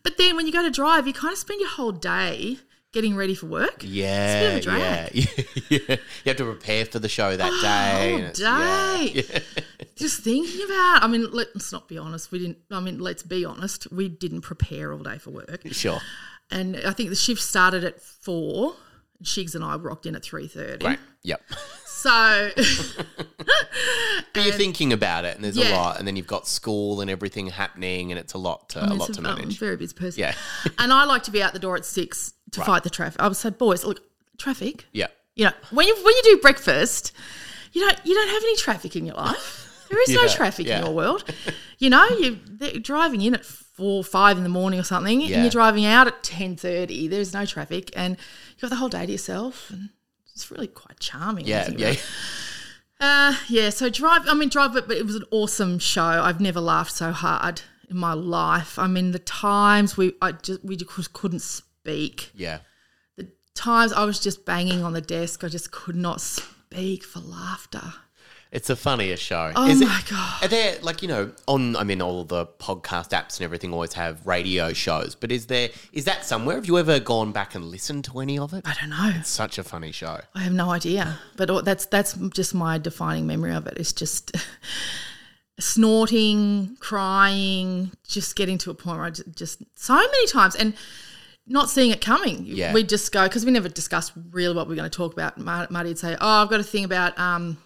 But then when you go to drive, you kind of spend your whole day getting ready for work.
Yeah,
It's a bit of a drag. Oh,
yeah, yeah. You have to prepare for the show that day. and
All
it's- yeah.
day. Just thinking about. I mean, let's not be honest. We didn't. I mean, let's be honest. We didn't prepare all day for work.
Sure.
and I think the shift started at four Shigs and I rocked in at three thirty.
Right. Yep.
So
But you're thinking about it, and there's a
um, Yeah.
lot, and then you've got school and everything happening, and it's a lot to a
I'm
lot to
I'm a
manage.
very busy person.
Yeah.
and I like to be out the door at six to fight the traffic. I said, boys, look, traffic.
Yeah.
You know, when you when you do breakfast, you don't you don't have any traffic in your life. There is no
Yeah,
traffic
yeah.
in your world. You know, you they're driving in at four, five in the morning or something,
Yeah.
and you're driving out at ten thirty. There's no traffic, and you've got the whole day to yourself, and it's really quite charming.
Yeah.
isn't it,
Yeah.
really? Uh, yeah, so Drive, I mean, Drive, but, but it was an awesome show. I've never laughed so hard in my life. I mean, the times we, I just, we just couldn't speak.
Yeah.
The times I was just banging on the desk, I just could not speak for laughter.
It's the funniest show.
Oh
Is it-
my God.
Are there like you know on? I mean, all the podcast apps and everything always have radio shows, but is there is that somewhere? Have you ever gone back and listened to any of it?
I don't know.
Such a funny show.
I have no idea. But all- that's, that's just my defining memory of it. It's just snorting, crying, just getting to a point where I ju- just, so many times. And, not seeing it coming.
Yeah.
We just go because we never discussed really what we are going to talk about. Mar- Marty would say, "Oh, I've got a thing about um,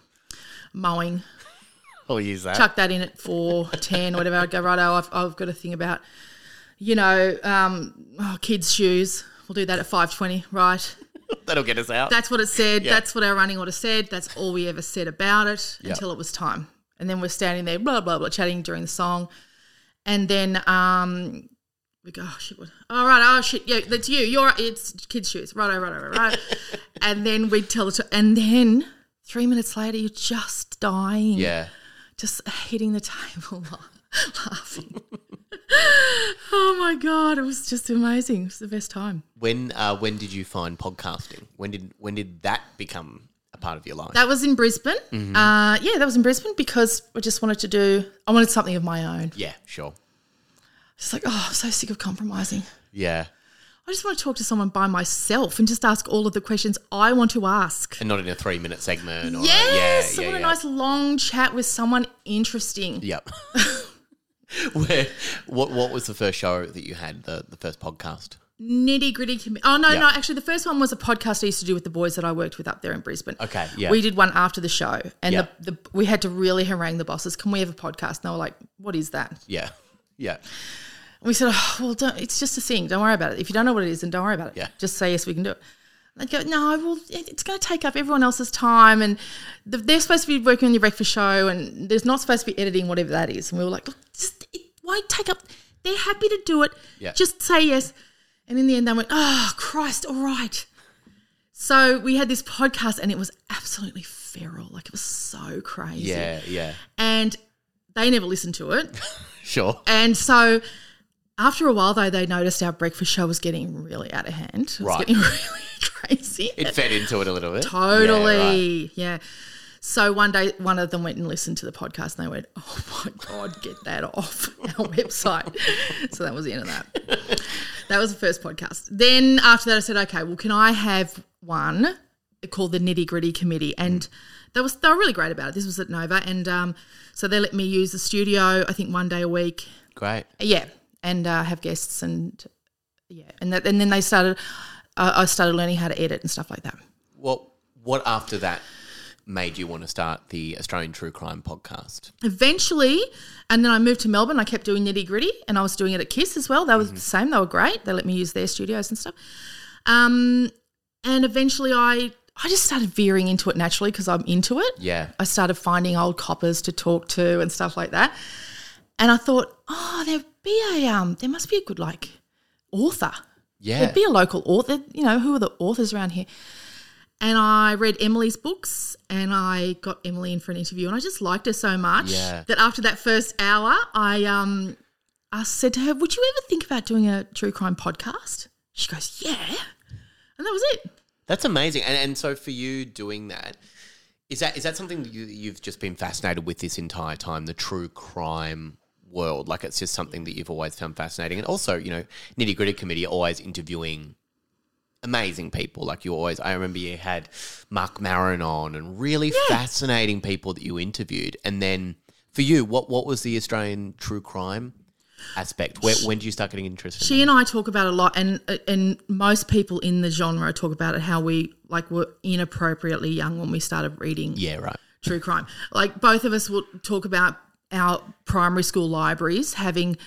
mowing.
I'll use that.
Chuck that in at four ten or whatever." I'd go, "Righto, I've, I've got a thing about you know um, oh, kids' shoes. We'll do that at five twenty, right?"
That'll get us out.
That's what it said. That's what our running order said. That's all we ever said about it until it was time. And then we're standing there, blah, blah, blah, chatting during the song. And then um, we go, oh, shit, what? Oh, right, oh, shit, yeah, that's you. You're, it's kids' shoes. Right, oh, right, right, right. and then we tell it to, and then three minutes later, you're just dying,
yeah.
just hitting the table, laughing. oh my God, it was just amazing. It was the best time.
When uh, when did you find podcasting? When did when did that become a part of your life?
That was in Brisbane.
Mm-hmm.
Uh, yeah, that was in Brisbane because I just wanted to do. I wanted something of my own.
yeah, sure.
It's like, oh, I'm so sick of compromising.
Yeah,
I just want to talk to someone by myself and just ask all of the questions I want to ask.
and not in a three minute segment. Or
yes,
yeah,
I
yeah,
want
yeah.
a nice long chat with someone interesting.
Yep. Where what what was the first show that you had the the first podcast?
Nitty gritty. Com- oh no,
Yeah.
no. Actually, the first one was a podcast I used to do with the boys that I worked with up there in Brisbane.
Okay, yeah.
We did one after the show, and
Yeah.
the, the we had to really harangue the bosses. Can we have a podcast? And they were like, "What is that?"
Yeah, yeah,
And we said, oh, well, don't, it's just a thing. Don't worry about it. If you don't know what it is, then don't worry about it.
Yeah.
Just say, yes, we can do it. They'd go, no, well, it- it's going to take up everyone else's time. And the, they're supposed to be working on your breakfast show and there's not supposed to be editing, whatever that is. And we were like, look, just, it won't take up. They're happy to do it.
Yeah.
Just say yes. And in the end, they went, oh, Christ, all right. So we had this podcast and it was absolutely feral. Like it was so crazy.
yeah, yeah.
And they never listened to it.
Sure.
And so after a while, though, they noticed our breakfast show was getting really out of hand. It was
Right.
getting really crazy.
It fed into it a little bit. Yeah, right.
totally. Yeah, So one day, one of them went and listened to the podcast and they went, oh my God, get that off our website. so that was the end of that. That was the first podcast. Then after that, I said, okay, well, can I have one called the Nitty Gritty Committee?
Mm.
And that was they were really great about it. This was at Nova, and um, so they let me use the studio. I think one day a week,
Great.
yeah, and uh, have guests and yeah, and that, and then they started. Uh, I started learning how to edit and stuff like that.
Well, what after that made you want to start the Australian True Crime podcast?
Eventually, and then I moved to Melbourne. I kept doing nitty gritty, and I was doing it at Kiss as well. They were the same. They were great. They let me use their studios and stuff. Um, and eventually, I I just started veering into it naturally because I'm into it.
Yeah.
I started finding old coppers to talk to and stuff like that. And I thought, oh, there'd be a um, there must be a good like author.
Yeah.
There'd be a local author. You know, who are the authors around here? And I read Emily's books and I got Emily in for an interview and I just liked her so much
Yeah.
that after that first hour, I um I said to her, Would you ever think about doing a true crime podcast? She goes, Yeah. And that was it.
That's amazing. And and so for you doing that, is that is that something that you, you've just been fascinated with this entire time? The true crime world, like it's just something that you've always found fascinating. And also, you know, Nitty Gritty Committee are always interviewing amazing people. Like you always, I remember you had Mark Maron on, and really fascinating people that you interviewed. And then for you, what what was the Australian true crime aspect? Where, when do you start getting interested? in
She and I talk about it a lot, and and most people in the genre talk about it how we like were inappropriately young when we started reading
that? yeah, right.
true crime. Like both of us will talk about our primary school libraries having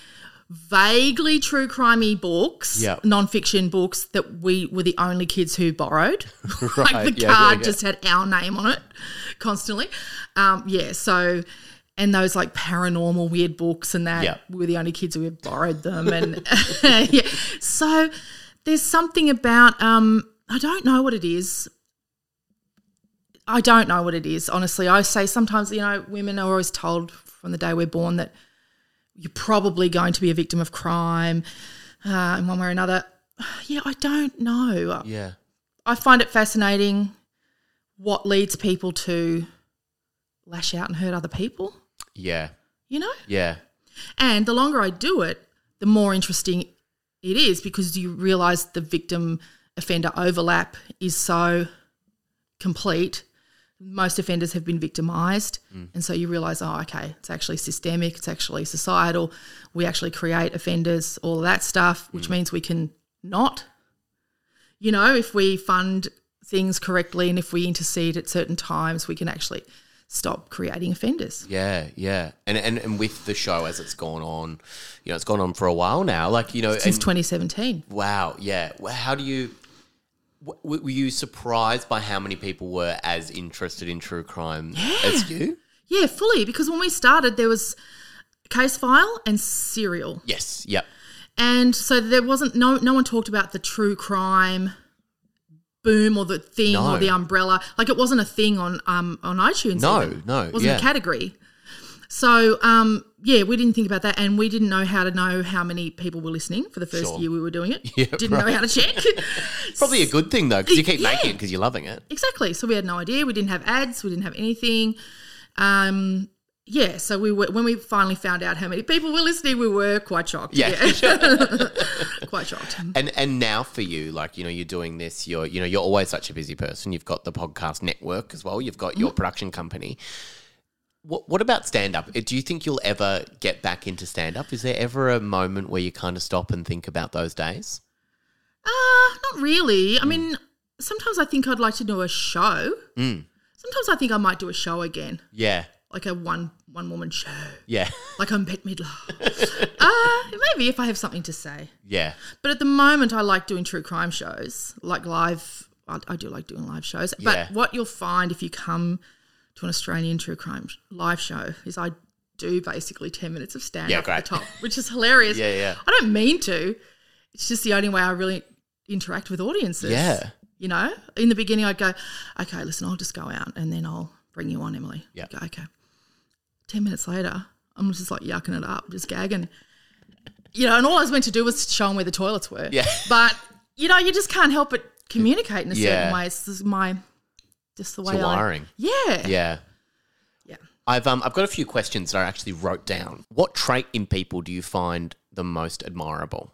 vaguely true crimey books,
Yeah.
non-fiction books that we were the only kids who borrowed.
Right,
like the
yeah, yeah,
card
yeah.
just had our name on it constantly. Um, yeah, so and those like paranormal weird books and that
Yeah.
we were the only kids who had borrowed them and yeah. So there's something about um I don't know what it is. I don't know what it is, honestly. I say sometimes, you know, women are always told from the day we're born that you're probably going to be a victim of crime uh, in one way or another. Yeah, I don't know.
Yeah.
I find it fascinating what leads people to lash out and hurt other people,
Yeah.
you know?
Yeah.
And the longer I do it, the more interesting it is because you realize the victim offender overlap is so complete. Most offenders have been victimized.
Mm.
And so you realize, oh, okay, it's actually systemic, it's actually societal. We actually create offenders, all of that stuff,
Mm.
which means we can not, you know, if we fund things correctly and if we intercede at certain times, we can actually stop creating offenders.
Yeah, yeah, and, and and with the show as it's gone on, you know, it's gone on for a while now. Like you know,
Since
and-
2017.
wow, yeah. Well, How do you? w- w- Were you surprised by how many people were as interested in true crime as you?
Yeah, fully. Because when we started, there was case file and serial,
Yes. Yep.
and so there wasn't no no one talked about the true crime boom or the thing
No.
or the umbrella. Like it wasn't a thing on um on iTunes.
No,
even.
no,
it wasn't
yeah.
a category. So um yeah, we didn't think about that, and we didn't know how to know how many people were listening for the first
Sure.
year we were doing it.
Yeah,
didn't know how to check.
Probably a good thing though, because you keep
Yeah.
making it because you're loving it.
Exactly. So we had no idea. We didn't have ads. We didn't have anything. Um, yeah. So we were, when we finally found out how many people were listening, we were quite shocked.
Yeah.
quite shocked.
And and now for you, like you know, you're doing this. You're you know, you're always such a busy person. You've got the podcast network as well. You've got your production company. What what about stand up? Do you think you'll ever get back into stand up? Is there ever a moment where you kind of stop and think about those days?
Uh, not really. I mean, sometimes I think I'd like to do a show. Sometimes I think I might do a show again,
Yeah,
like a one one woman show,
yeah,
like I'm Bette Midler. uh, maybe if I have something to say.
yeah,
But at the moment, I like doing true crime shows, like live. I, I do like doing live shows. But
Yeah.
what you'll find if you come to an Australian true crime sh- live show is I do basically 10 minutes of stand
Yeah,
up at the
great.
top, which is hilarious.
Yeah, yeah.
I don't mean to. It's just the only way I really interact with audiences.
Yeah.
You know, in the beginning, I'd go, okay, listen, I'll just go out and then I'll bring you on, Emily.
Yeah.
Go, okay. 10 minutes later, I'm just like yucking it up, just gagging. You know, and all I was meant to do was show them where the toilets were.
Yeah.
But, you know, you just can't help but communicate in a
Yeah.
certain way. It's just my, just the way
your
I.
wiring.
Yeah.
yeah.
Yeah.
I've um I've got a few questions that I actually wrote down. What trait in people do you find the most admirable?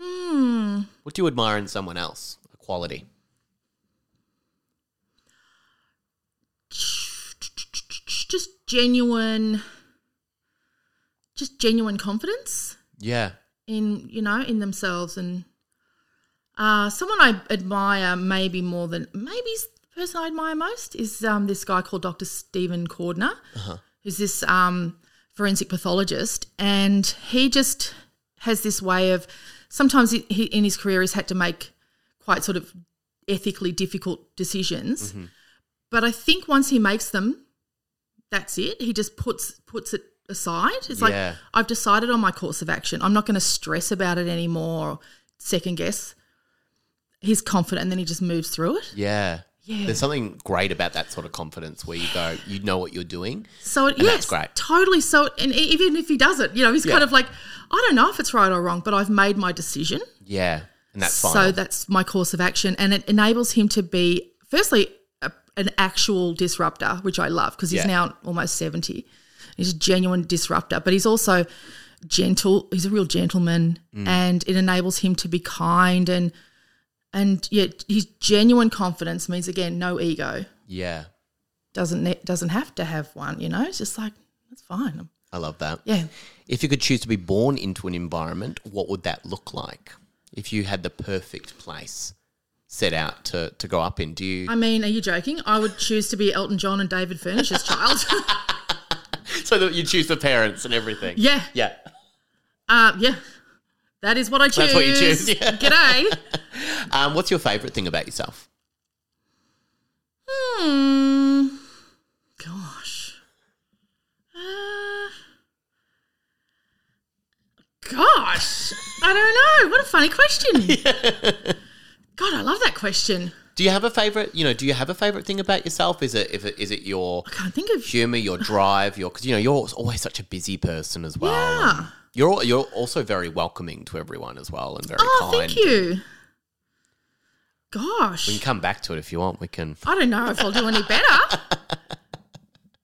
Hmm.
What do you admire in someone else? A quality.
Just genuine, just genuine confidence.
Yeah.
in you know in themselves and uh, someone I admire maybe more than maybe is the person I admire most is um, this guy called Dr. Stephen Cordner, who's this um, forensic pathologist, and he just has this way of sometimes he, he, in his career he's had to make quite sort of ethically difficult decisions, but I think once he makes them, that's it. He just puts puts it aside. It's like
Yeah.
I've decided on my course of action. I'm not going to stress about it anymore or second guess. He's confident and then he just moves through it.
Yeah.
Yeah.
There's something great about that sort of confidence where you go, you know what you're doing.
So it,
And
yes,
that's great.
totally. So and e- even if he does it, you know, he's
Yeah.
kind of like, I don't know if it's right or wrong, but I've made my decision.
Yeah. And that's fine.
So that's my course of action, and it enables him to be firstly a, an actual disruptor, which I love because he's
Yeah.
now almost seventy. He's a genuine disruptor, but he's also gentle. He's a real gentleman,
Mm.
and it enables him to be kind and and yet his genuine confidence means again no ego
yeah.
doesn't ne- doesn't have to have one. You know, it's just like that's fine. I'm
I love that.
Yeah.
If you could choose to be born into an environment, what would that look like? If you had the perfect place set out to, to grow up in, do you?
I mean, are you joking? I would choose to be Elton John and David Furnish's child.
so that you choose the parents and everything.
Yeah.
Yeah.
uh, yeah, that is what I choose.
That's what you choose, yeah.
G'day.
Um, what's your favorite thing about yourself?
Hmm. Gosh. Uh, gosh. I don't know. What a funny question. God, I love that question.
Do you have a favorite? You know, do you have a favorite thing about yourself? Is it if it is it your
I can't think of.
humor, your drive, your because you know you're always such a busy person as well.
Yeah.
and Um, You're al- you're also very welcoming to everyone as well and very
Oh,
kind.
thank you.
We
Gosh.
can come back to it if you want. We can.
I don't know if I'll do any better.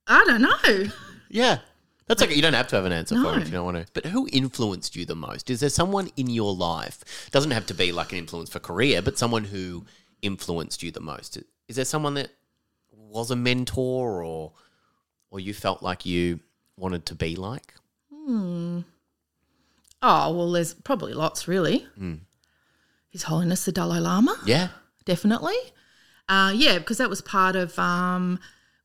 I don't know.
Yeah. That's okay. You don't have to have an answer for it if
No.
you don't want to. But who influenced you the most? Is there someone in your life? Doesn't have to be like an influence for career, but someone who influenced you the most. Is there someone that was a mentor or or you felt like you wanted to be like?
Oh, well, there's probably lots, really. His Holiness the Dalai Lama.
Yeah.
definitely. Uh, yeah, because that was part of um,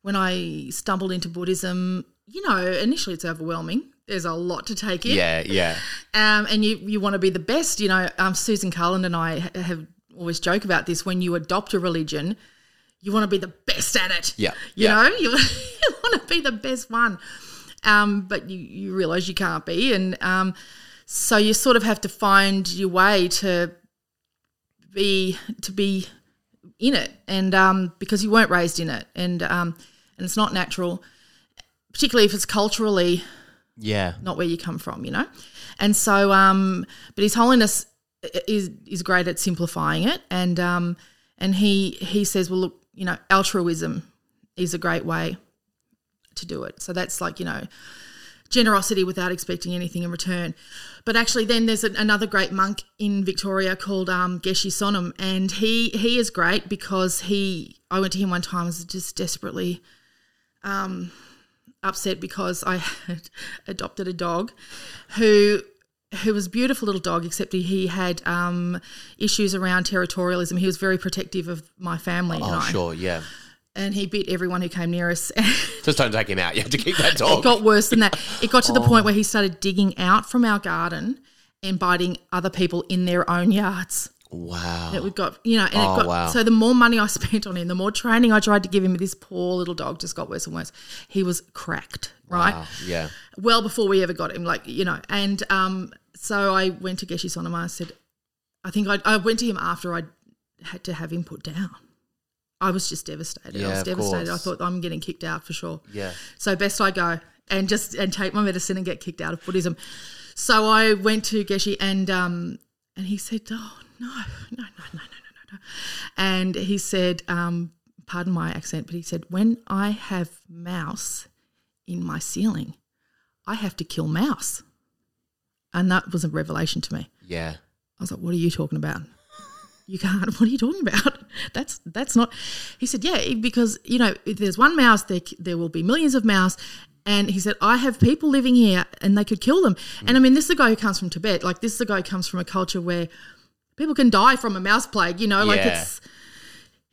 when I stumbled into Buddhism. You know, initially it's overwhelming. There's a lot to take in,
Yeah, yeah.
um, and you you want to be the best. You know, um, Susan Carland and I ha- have always joke about this. When you adopt a religion, you want to be the best at it.
Yeah,
you
yeah.
know, you, you want to be the best one, um, but you you realize you can't be, and um, so you sort of have to find your way to be to be in it and um, because you weren't raised in it and um, and it's not natural particularly if it's culturally
Yeah.
not where you come from you know and so um, but his holiness i- is is great at simplifying it and um, and he he says well look you know altruism is a great way to do it so that's like you know generosity without expecting anything in return. But actually, then there's an, another great monk in Victoria called um, Geshe Sonam, and he he is great because he I went to him one time I was just desperately um, upset because I had adopted a dog who. Who was a beautiful little dog, except he- he had um, issues around territorialism. He was very protective of my family and
Oh,
I,
sure, yeah.
and he bit everyone who came near us.
Just don't take him out. You have to keep that
It
dog.
got worse than that. It got to
Oh.
the point where he started digging out from our garden and biting other people in their own yards.
wow.
It would got you know, and
Oh,
it got
wow.
so the more money I spent on him, the more training I tried to give him, this poor little dog just got worse and worse. He was cracked, right?
Wow, Yeah.
well before we ever got him, like, you know. And um, so I went to Geshe Sonoma. I said, I think I, I went to him after I had to have him put down. I was just devastated.
Yeah,
I was
of
devastated. I
course.
thought "Oh, I'm getting kicked out for sure.
Yeah.
So best I go and just and take my medicine and get kicked out of Buddhism. So I went to Geshe and um, and he said, Oh no, no, no, no, no, no, no, no. And he said, um, pardon my accent, but he said, When I have mouse in my ceiling, I have to kill mouse. And that was a revelation to me.
Yeah.
I was like, "What are you talking about? You can't. What are you talking about? That's that's not." He said, "Yeah, because you know, if there's one mouse, there there will be millions of mouse." And he said, "I have people living here, and they could kill them." And I mean, this is a guy who comes from Tibet. Like this is a guy who comes from a culture where people can die from a mouse plague. You know, like
Yeah.
it's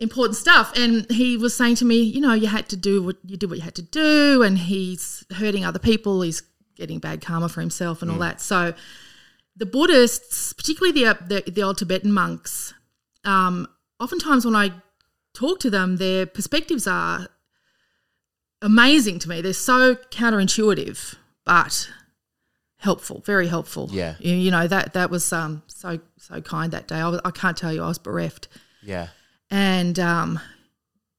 important stuff. And he was saying to me, you know, you had to do what you did what you had to do, and he's hurting other people. He's getting bad karma for himself and all that. So the Buddhists, particularly the uh, the, the old Tibetan monks, um, oftentimes when I talk to them, their perspectives are amazing to me. They're so counterintuitive, but helpful, very helpful.
Yeah.
you, you know that that was um, so so kind that day. I, was, I can't tell you, I was bereft
Yeah.
and um,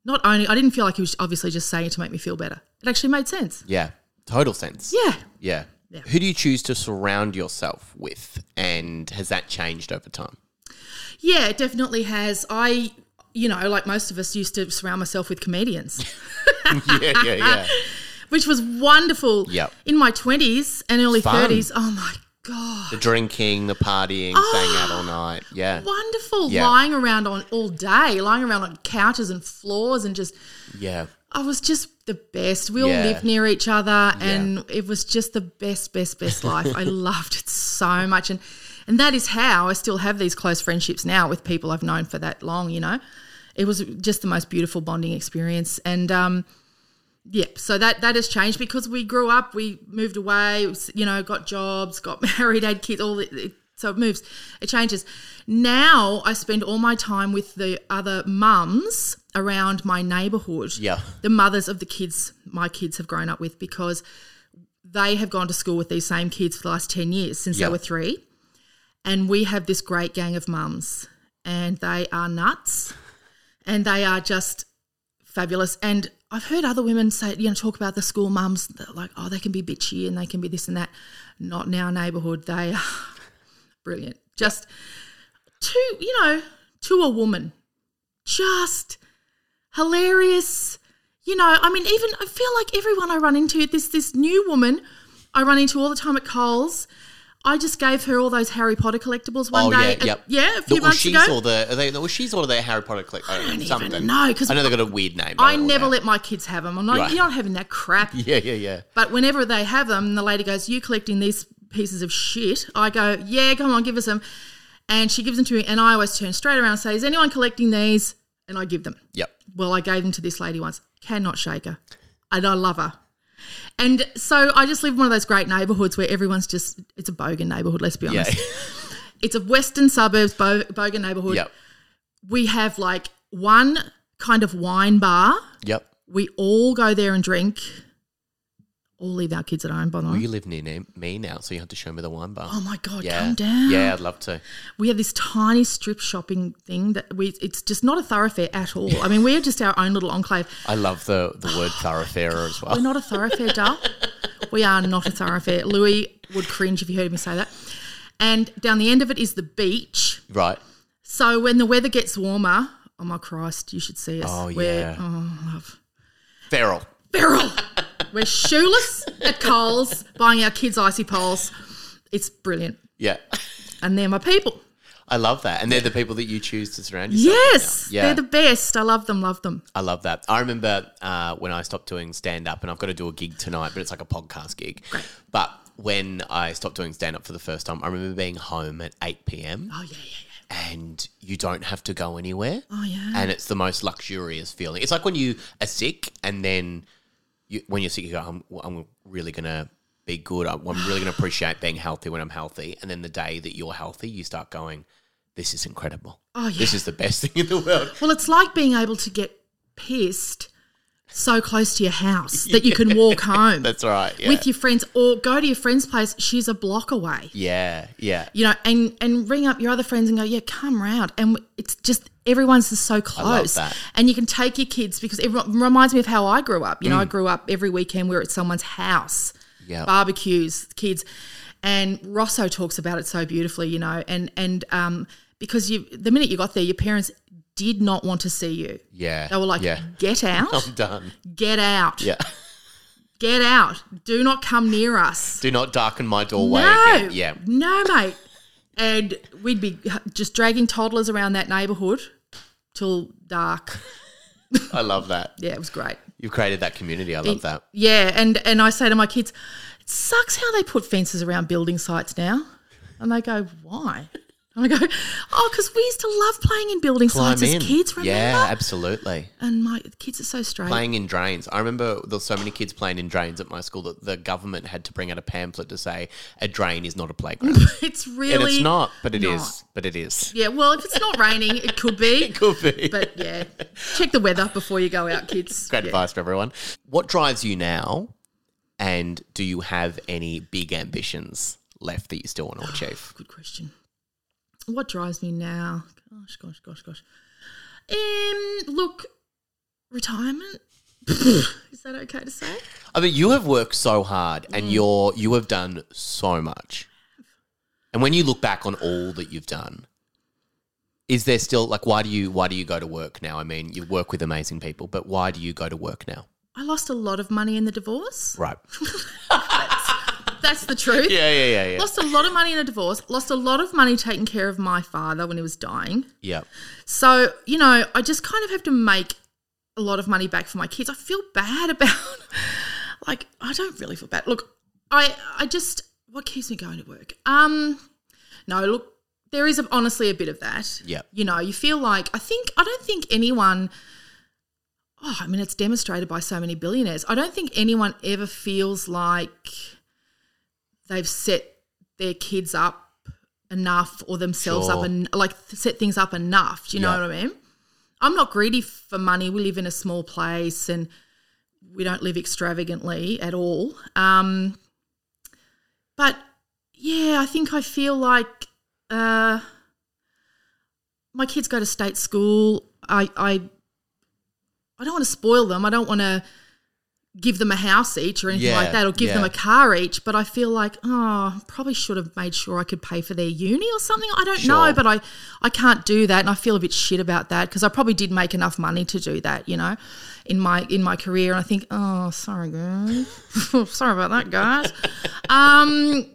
not only I didn't feel like he was obviously just saying it to make me feel better. It actually made sense.
Yeah. Total sense.
Yeah.
Yeah.
Yeah.
Who do you choose to surround yourself with? And has that changed over time?
Yeah, it definitely has. I, you know, like most of us used to surround myself with comedians,
yeah, yeah, yeah.
which was wonderful
Yep.
in my 20s and early
Fun.
30s. Oh my God.
The drinking, the partying,
Ah.
staying out all night. Yeah.
Wonderful
Yeah.
lying around on all day, lying around on couches and floors and just
Yeah.
I was just the best. We all
Yeah.
lived near each other, and it was just the best, best, best life. I loved it so much, and and that is how I still have these close friendships now with people I've known for that long. You know, it was just the most beautiful bonding experience, and um, yeah. So that that has changed because we grew up, we moved away, you know, got jobs, got married, had kids, all the. It, so it moves, it changes. Now I spend all my time with the other mums around my neighbourhood
Yeah.
the mothers of the kids my kids have grown up with because they have gone to school with these same kids for the last 10 years since
Yeah.
they were three. And we have this great gang of mums, and they are nuts and they are just fabulous. And I've heard other women say, you know, talk about the school mums, that like, oh, they can be bitchy and they can be this and that. Not in our neighbourhood. They are brilliant. Just to, you know, to a woman, just hilarious. You know, I mean, even I feel like everyone I run into, this this new woman I run into all the time at Coles. I just gave her all those Harry Potter collectibles one
Oh
day.
yeah, yep.
a, yeah, a few
the,
months
she's
ago.
Or the, are they, the she's or the Harry Potter click. I don't
even
something.
know, 'cause
I know they've got a weird name.
I
don't know what
never
they
let my kids have them. I'm not,
Right.
you're not having that crap.
are. Yeah, yeah, yeah.
But whenever they have them, the lady goes, "You collecting these pieces of shit?" I go, "Yeah, come on, give us them." And she gives them to me, and I always turn straight around and say, "Is anyone collecting these?" And I give them.
Yep.
Well, I gave them to this lady once. Cannot shake her, and I love her. And so I just live in one of those great neighbourhoods where everyone's just—it's a bogan neighbourhood. Let's be
Yeah.
honest. It's a western suburbs bo- bogan neighbourhood.
yep.
We have like one kind of wine bar.
Yep.
We all go there and drink. All leave our kids at home, by the
Well,
way.
you live near na- me now, so you have to show me the wine bar.
Oh my god,
yeah.
calm down.
Yeah, I'd love to.
We have this tiny strip shopping thing that we it's just not a thoroughfare at all. I mean, we're just our own little enclave.
I love the, the word thoroughfare as well.
We're not a thoroughfare, duh. We are not a thoroughfare. Louis would cringe if you heard me say that. And down the end of it is the beach.
right.
So when the weather gets warmer, oh my Christ, you should see us.
Oh,
We're-
yeah.
oh, love.
Feral.
feral. We're shoeless at Coles, buying our kids icy poles. It's brilliant.
Yeah.
And they're my people.
I love that. And they're the people that you choose to surround yourself
Yes,
Yeah.
they're the best. I love them, love them.
I love that. I remember uh, when I stopped doing stand up, and I've got to do a gig tonight, but it's like a podcast gig. But when I stopped doing stand up for the first time, I remember being home at 8 p.m.
Oh, yeah, yeah, yeah.
and you don't have to go anywhere.
Oh, yeah.
And it's the most luxurious feeling. It's like when you are sick, and then you, when you're sick, you go, I'm, I'm really going to be good. I'm, I'm really going to appreciate being healthy when I'm healthy. And then the day that you're healthy, you start going, This is incredible.
Oh, yeah.
This is the best thing in the world.
Well, it's like being able to get pissed so close to your house that you can walk home
That's right. Yeah.
with your friends or go to your friend's place. She's a block away.
yeah. Yeah.
You know, and and ring up your other friends and go, yeah, come round. And it's just everyone's just so close,
that.
and you can take your kids because it re- reminds me of how I grew up. You know, I grew up every weekend we were at someone's house,
Mm. Yeah.
barbecues, kids, and Rosso talks about it so beautifully, you know, and and um, because you the minute you got there, your parents did not want to see you.
Yeah.
They were like,
yeah.
get out,
I'm done.
get out,
Yeah.
get out, do not come near us.
Do not darken my doorway
no,
again. Yeah.
no, mate. And we'd be just dragging toddlers around that neighbourhood till dark.
I love that.
Yeah, it was great.
You've created that community. I love that.
Yeah, and and I say to my kids, it sucks how they put fences around building sites now, and they go, why? And I go, oh, because we used to love playing in building
Climb
sites
in.
as kids, remember?
Yeah, absolutely.
And my kids are so straight.
Playing in drains. I remember there were so many kids playing in drains at my school that the government had to bring out a pamphlet to say a drain is not a playground.
it's really.
and it's not, but it is.
not.
But it is.
Yeah, well, if it's not raining, it could be. It
Could be.
But yeah, check the weather before you go out, kids.
Great
Yeah.
advice for everyone. What drives you now? And do you have any big ambitions left that you still want to achieve?
Good question. What drives me now? Gosh, gosh, gosh, gosh. Um, look, retirement. Is that okay to say?
I mean, you have worked so hard, and you're you have done so much. And when you look back on all that you've done, is there still like why do you why do you go to work now? I mean, you work with amazing people, but why do you go to work now?
I lost a lot of money in the divorce.
Right?
That's the truth.
Yeah, yeah, yeah, yeah.
Lost a lot of money in a divorce. Lost a lot of money taking care of my father when he was dying.
yeah,
So, you know, I just kind of have to make a lot of money back for my kids. I feel bad about like I don't really feel bad. Look, I I just what keeps me going to work? Um no, look, there is honestly a bit of that.
Yep.
You know, you feel like I think I don't think anyone Oh, I mean it's demonstrated by so many billionaires. I don't think anyone ever feels like they've set their kids up enough or themselves
Sure.
up and like set things up enough. Do you
Yeah.
know what I mean? I'm not greedy for money. We live in a small place and we don't live extravagantly at all. Um, but yeah, I think I feel like uh, my kids go to state school. I I, I don't want to spoil them. I don't want to give them a house each or anything
Yeah,
like that, or give them
yeah.
a car each. But I feel like oh, probably should have made sure I could pay for their uni or something. I don't
Sure.
know, but I I can't do that, and I feel a bit shit about that because I probably did make enough money to do that, you know, in my in my career. And I think oh, sorry guys, sorry about that, guys. um.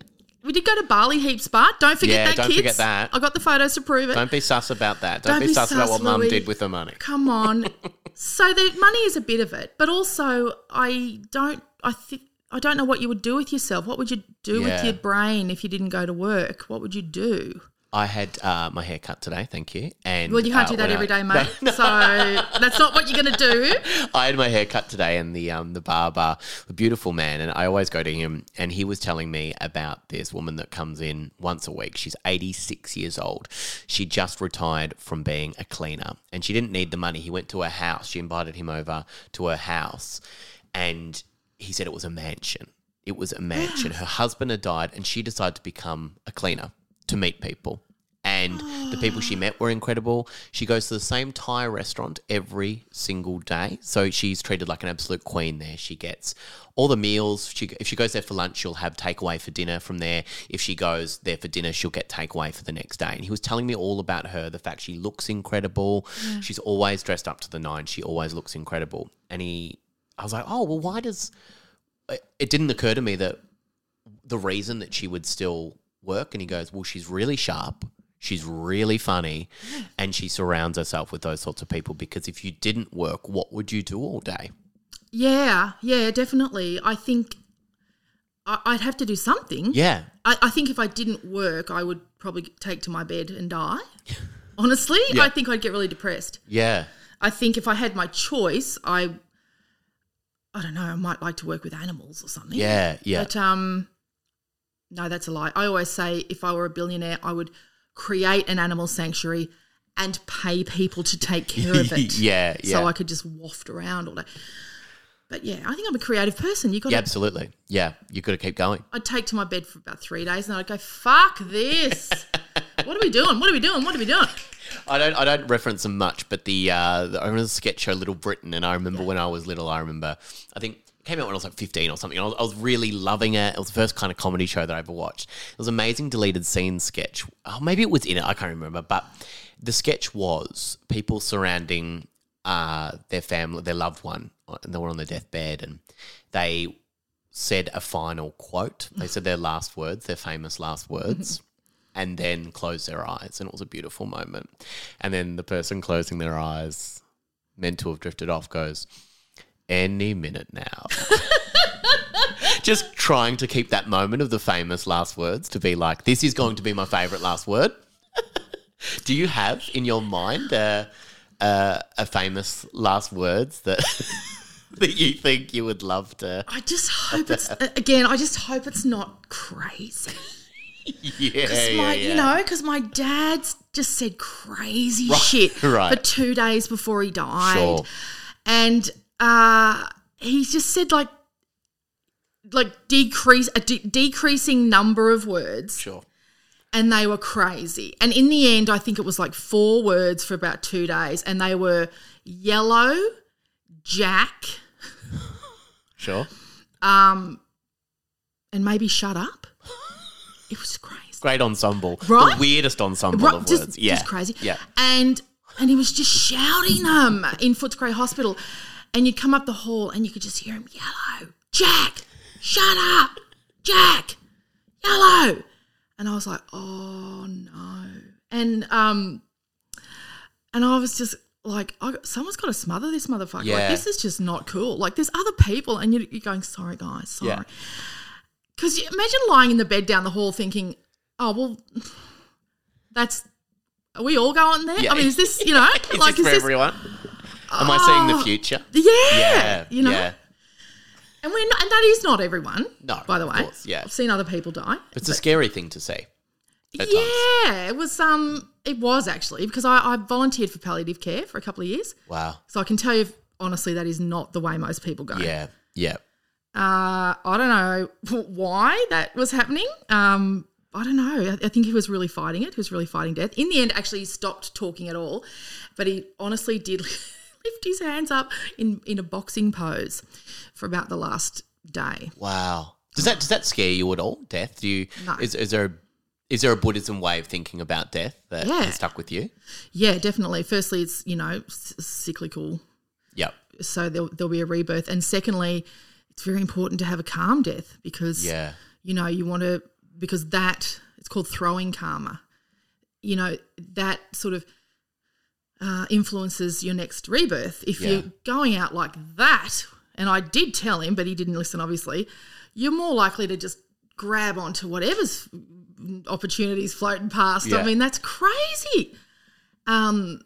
We did go to Bali heaps, but don't forget
Yeah,
that,
don't
kids.
forget that.
I got the photos to prove it.
Don't be sus about that. Don't,
Don't
be,
be
sus about
sus,
what mum
Louis.
did with the money.
Come on. so the money is a bit of it, but also I don't. I think I don't know what you would do with yourself. What would you do
Yeah.
with your brain if you didn't go to work? What would you do?
I had uh, my hair cut today, thank you. And
Well, you can't
uh,
do that
when
every
I-
day, mate. So that's not what you're going to do.
I had my hair cut today, and the um the barber, a beautiful man, and I always go to him, and he was telling me about this woman that comes in once a week. She's eighty six years old. She just retired from being a cleaner, and she didn't need the money. He went to her house. She invited him over to her house, and he said it was a mansion. It was a mansion. Her husband had died, and she decided to become a cleaner to meet people and the people she met were incredible. She goes to the same Thai restaurant every single day, so she's treated like an absolute queen there. She gets all the meals. She, if she goes there for lunch, she'll have takeaway for dinner from there. If she goes there for dinner, she'll get takeaway for the next day. And he was telling me all about her, the fact she looks incredible. She's always dressed up to the nine. She always looks incredible. And he, I was like, oh well, why does? it- It didn't occur to me that the reason that she would still work and he goes well she's really sharp she's really funny and she surrounds herself with those sorts of people because if you didn't work what would you do all day
Yeah, yeah, definitely. I think I, I'd have to do something.
yeah
I, I think if I didn't work, I would probably take to my bed and die. Honestly,
Yeah.
I think I'd get really depressed.
yeah
I think if I had my choice, I I don't know, I might like to work with animals or something.
yeah yeah
But um no, that's a lie. I always say if I were a billionaire, I would create an animal sanctuary and pay people to take care of it.
Yeah, yeah.
So I could just waft around all day. But yeah, I think I'm a creative person. You got
yeah
to
absolutely yeah you got to keep going
I'd take to my bed for about three days and I'd go, fuck this. what are we doing? What are we doing? What are we doing?
I don't I don't reference them much, but the, uh, the I remember the sketch show Little Britain, and I remember when I was little, I remember I think it came out when I was like fifteen or something. And I was, I was really loving it. It was the first kind of comedy show that I ever watched. It was an amazing deleted scene sketch. Oh, maybe it was in it. I can't remember, but the sketch was people surrounding uh, their family, their loved one, uh, and they were on their deathbed, and they said a final quote. They said their last words, their famous last words, and then closed their eyes. And it was a beautiful moment. And then the person closing their eyes, meant to have drifted off, goes, Any minute now. Just trying to keep that moment of the famous last words to be like, This is going to be my favorite last word. Do you have in your mind a, a, a famous last words that. That you think you would love to,
I just hope it's again. I just hope it's not crazy.
yeah,
It's
yeah,
my,
yeah.
you know, because my dad's just said crazy shit
right.
for two days before he died,
Sure.
and uh, he just said like, like decrease a de- decreasing number of words,
Sure.
and they were crazy. And in the end, I think it was like four words for about two days, and they were yellow, jack,
Sure.
um, and maybe shut up. It was crazy.
Great ensemble.
Right?
The weirdest ensemble
Right,
of
just,
words. Yeah.
just crazy.
Yeah.
And and he was just shouting them in Footscray Hospital. And you'd come up the hall and you could just hear him yellow, Jack, shut up, Jack, yellow. And I was like, oh no. And um and I was just like I, someone's got to smother this motherfucker. Like
Yeah.
this is just not cool. Like there's other people, and you're, you're going, sorry guys,
Yeah.
sorry. Because you imagine lying in the bed down the hall, thinking, oh well, that's are we all going there?
Yeah.
I mean, is this you know
Is
like
this for
is this, Oh,
everyone? Am I seeing the future?
yeah, you know,
yeah.
and we're not, and that is not everyone.
No,
by the
of
way,
course, yeah.
I've seen other people die.
But it's a scary thing to see. at
yeah,
times.
it was um, it was actually because I, I volunteered for palliative care for a couple of years,
Wow.
so I can tell you honestly that is not the way most people go.
Yeah. Yeah.
Uh, I don't know why that was happening. Um, I don't know. I, I think he was really fighting it. He was really fighting death. In the end, actually, he stopped talking at all, but he honestly did lift his hands up in, in a boxing pose for about the last day.
Wow. Does that does that scare you at all? Death? Do you
No.
is is there a, is there a Buddhism way of thinking about death that
Yeah.
has stuck with you?
Yeah, definitely. Firstly, it's, you know, c- cyclical.
Yep.
So there'll, there'll be a rebirth. And secondly, it's very important to have a calm death because
Yeah.
you know you want to because that it's called throwing karma you know that sort of uh, influences your next rebirth if
Yeah.
you're going out like that and i did tell him but he didn't listen obviously you're more likely to just grab onto whatever's opportunities floating past
Yeah.
i mean that's crazy um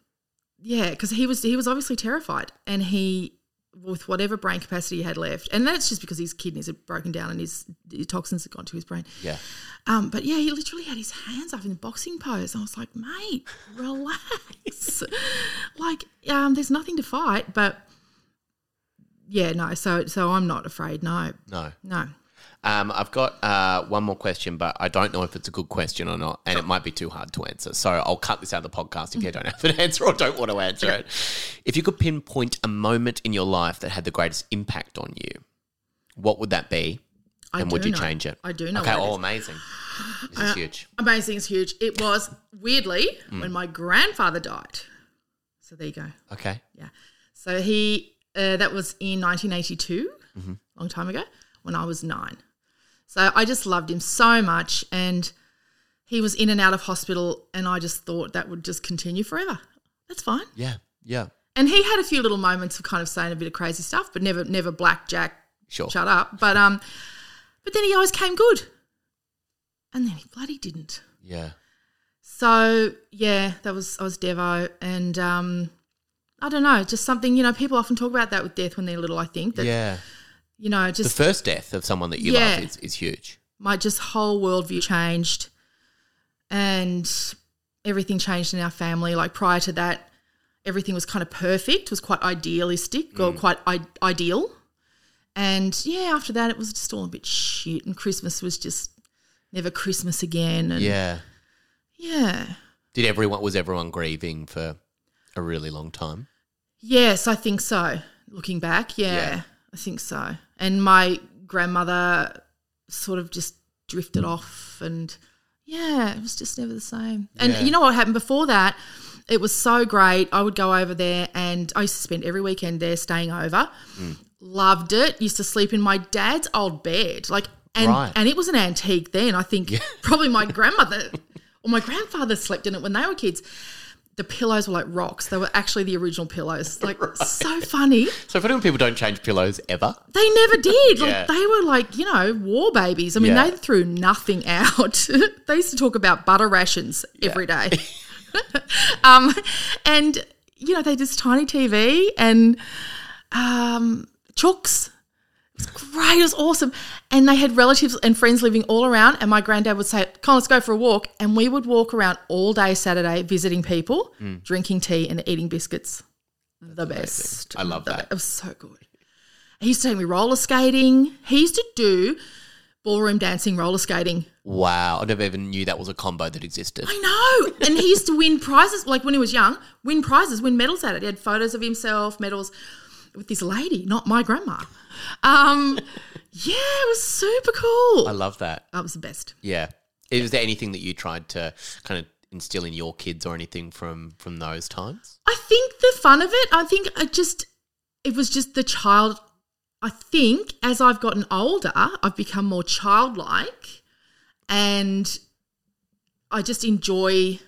yeah because he was he was obviously terrified and he with whatever brain capacity he had left and that's just because his kidneys had broken down and his, his toxins had gone to his brain
Yeah.
um, but yeah, he literally had his hands up in the boxing pose. I was like, mate, relax. like, um, there's nothing to fight. But yeah, no. So, so I'm not afraid. No,
No.
no.
Um, I've got uh, one more question, but I don't know if it's a good question or not, and it might be too hard to answer. So I'll cut this out of the podcast if you don't have an answer or don't want to answer it. If you could pinpoint a moment in your life that had the greatest impact on you, what would that be?
I
and would
do
you
know-
change it? Uh,
I do know.
Okay,
what it
oh,
is.
amazing. This is huge.
Amazing is huge. It was weirdly
Mm.
when my grandfather died. So there you go.
Okay.
Yeah. So he uh, that was in 1982, long time ago, when I was nine. So I just loved him so much, and he was in and out of hospital, and I just thought that would just continue forever. That's fine.
Yeah. Yeah.
And he had a few little moments of kind of saying a bit of crazy stuff, but never, never blackjack.
Sure.
Shut up. But um, but then he always came good, and then he bloody didn't.
Yeah.
So yeah, that was I was Devo, and um, I don't know, just something you know. People often talk about that with death when they're little. I think that
yeah.
you know,
The
just
first death of someone that you
Yeah.
love is, is huge.
my just whole worldview changed, and everything changed in our family. Like prior to that, everything was kind of perfect, was quite idealistic
Mm.
or quite I- ideal, and yeah, after that, it was just all a bit shit, and Christmas was just never Christmas again, and
Yeah.
yeah.
Did everyone was everyone grieving for a really long time?
Yes, I think so. Looking back, yeah,
Yeah.
I think so. And my grandmother sort of just drifted off, and yeah, it was just never the same. And
Yeah.
you know what happened before that? It was so great. I would go over there, and I used to spend every weekend there, staying over.
Mm.
Loved it. Used to sleep in my dad's old bed, like and
Right.
and it was an antique then. I think probably my grandmother or my grandfather slept in it when they were kids the pillows were like rocks. They were actually the original pillows. Like so funny.
So for anyone people don't change pillows ever.
They never did. Like
Yeah.
they were like, you know, war babies. I mean,
Yeah.
they threw nothing out. they used to talk about butter rations every day. um and you know, they had this tiny TV and um chooks. It was great, it was awesome. And they had relatives and friends living all around. And my granddad would say, Con, let's go for a walk. And we would walk around all day Saturday visiting people,
Mm.
drinking tea and eating biscuits. the best.
I love
The
that.
be- It was so good. He used to take me roller skating. He used to do ballroom dancing, roller skating.
Wow, Uh, I never even knew that was a combo that existed.
I know. And he used to win prizes, like when he was young, win prizes, win medals at it. He had photos of himself, medals with this lady, not my grandma. Um, yeah, it was super cool.
I love that.
that was the best.
Yeah. Is there anything that you tried to kind of instill in your kids or anything from from those times?
I think the fun of it, I think I just, it was just the child. I think as I've gotten older, I've become more childlike and I just enjoy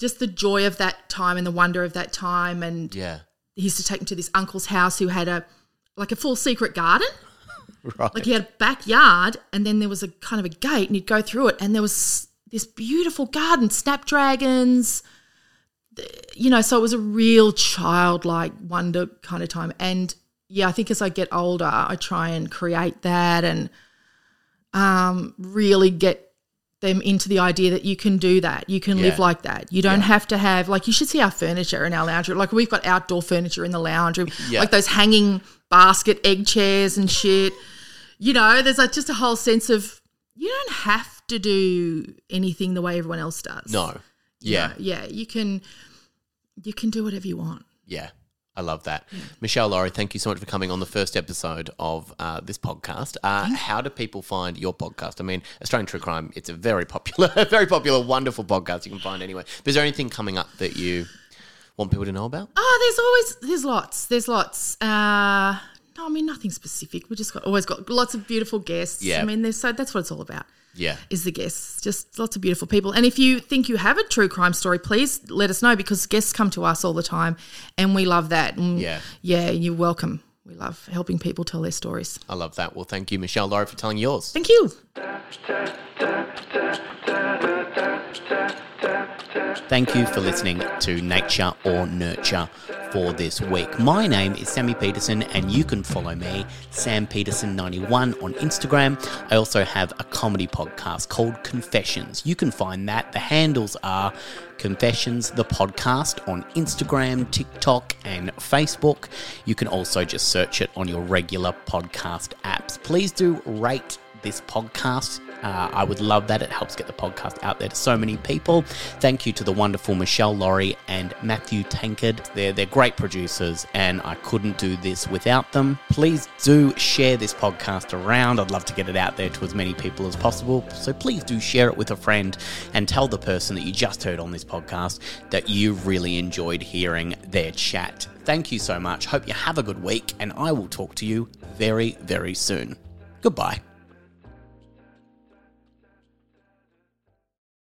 just the joy of that time and the wonder of that time. And
Yeah.
he used to take me to this uncle's house who had a like a full secret garden.
Right.
Like he had a backyard, and then there was a kind of a gate, and you'd go through it, and there was this beautiful garden, snapdragons. th- You know, so it was a real childlike wonder kind of time. And yeah, I think as I get older, I try and create that and um, really get them into the idea that you can do that. You can live
Yeah.
like that. You don't have to have like you should see our furniture in our lounge room. Like we've got outdoor furniture in the lounge room,
Yeah.
like those hanging basket egg chairs and shit. You know, there's like just a whole sense of you don't have to do anything the way everyone else does.
no. Yeah.
Yeah, you can you can do whatever you want.
Yeah. I love that. Michelle Laurie, thank you so much for coming on the first episode of uh, this podcast. Uh, how do people find your podcast? I mean, Australian True Crime, it's a very popular, very popular, wonderful podcast you can find anywhere. But is there anything coming up that you want people to know about?
Oh, there's always there's lots. There's lots. Uh no, I mean nothing specific. We just got always got lots of beautiful guests.
Yeah.
I mean, there's so that's what it's all about.
Yeah.
is the guests. Just lots of beautiful people. And if you think you have a true crime story, please let us know because guests come to us all the time and we love that. And
Yeah.
Yeah, you're welcome. We love helping people tell their stories.
I love that. Well, thank you, Michelle Laurie, for telling yours.
Thank you.
Thank you for listening to Nature or Nurture for this week. My name is Sammy Peterson, and you can follow me, Sam Peterson91, on Instagram. I also have a comedy podcast called Confessions. You can find that. The handles are Confessions the Podcast on Instagram, TikTok, and Facebook. You can also just search it on your regular podcast apps. Please do rate this podcast. Uh, I would love that. It helps get the podcast out there to so many people. Thank you to the wonderful Michelle Laurie and Matthew Tankard. They're, they're great producers, and I couldn't do this without them. Please do share this podcast around. I'd love to get it out there to as many people as possible. So please do share it with a friend and tell the person that you just heard on this podcast that you really enjoyed hearing their chat. Thank you so much. Hope you have a good week, and I will talk to you very, very soon. Goodbye.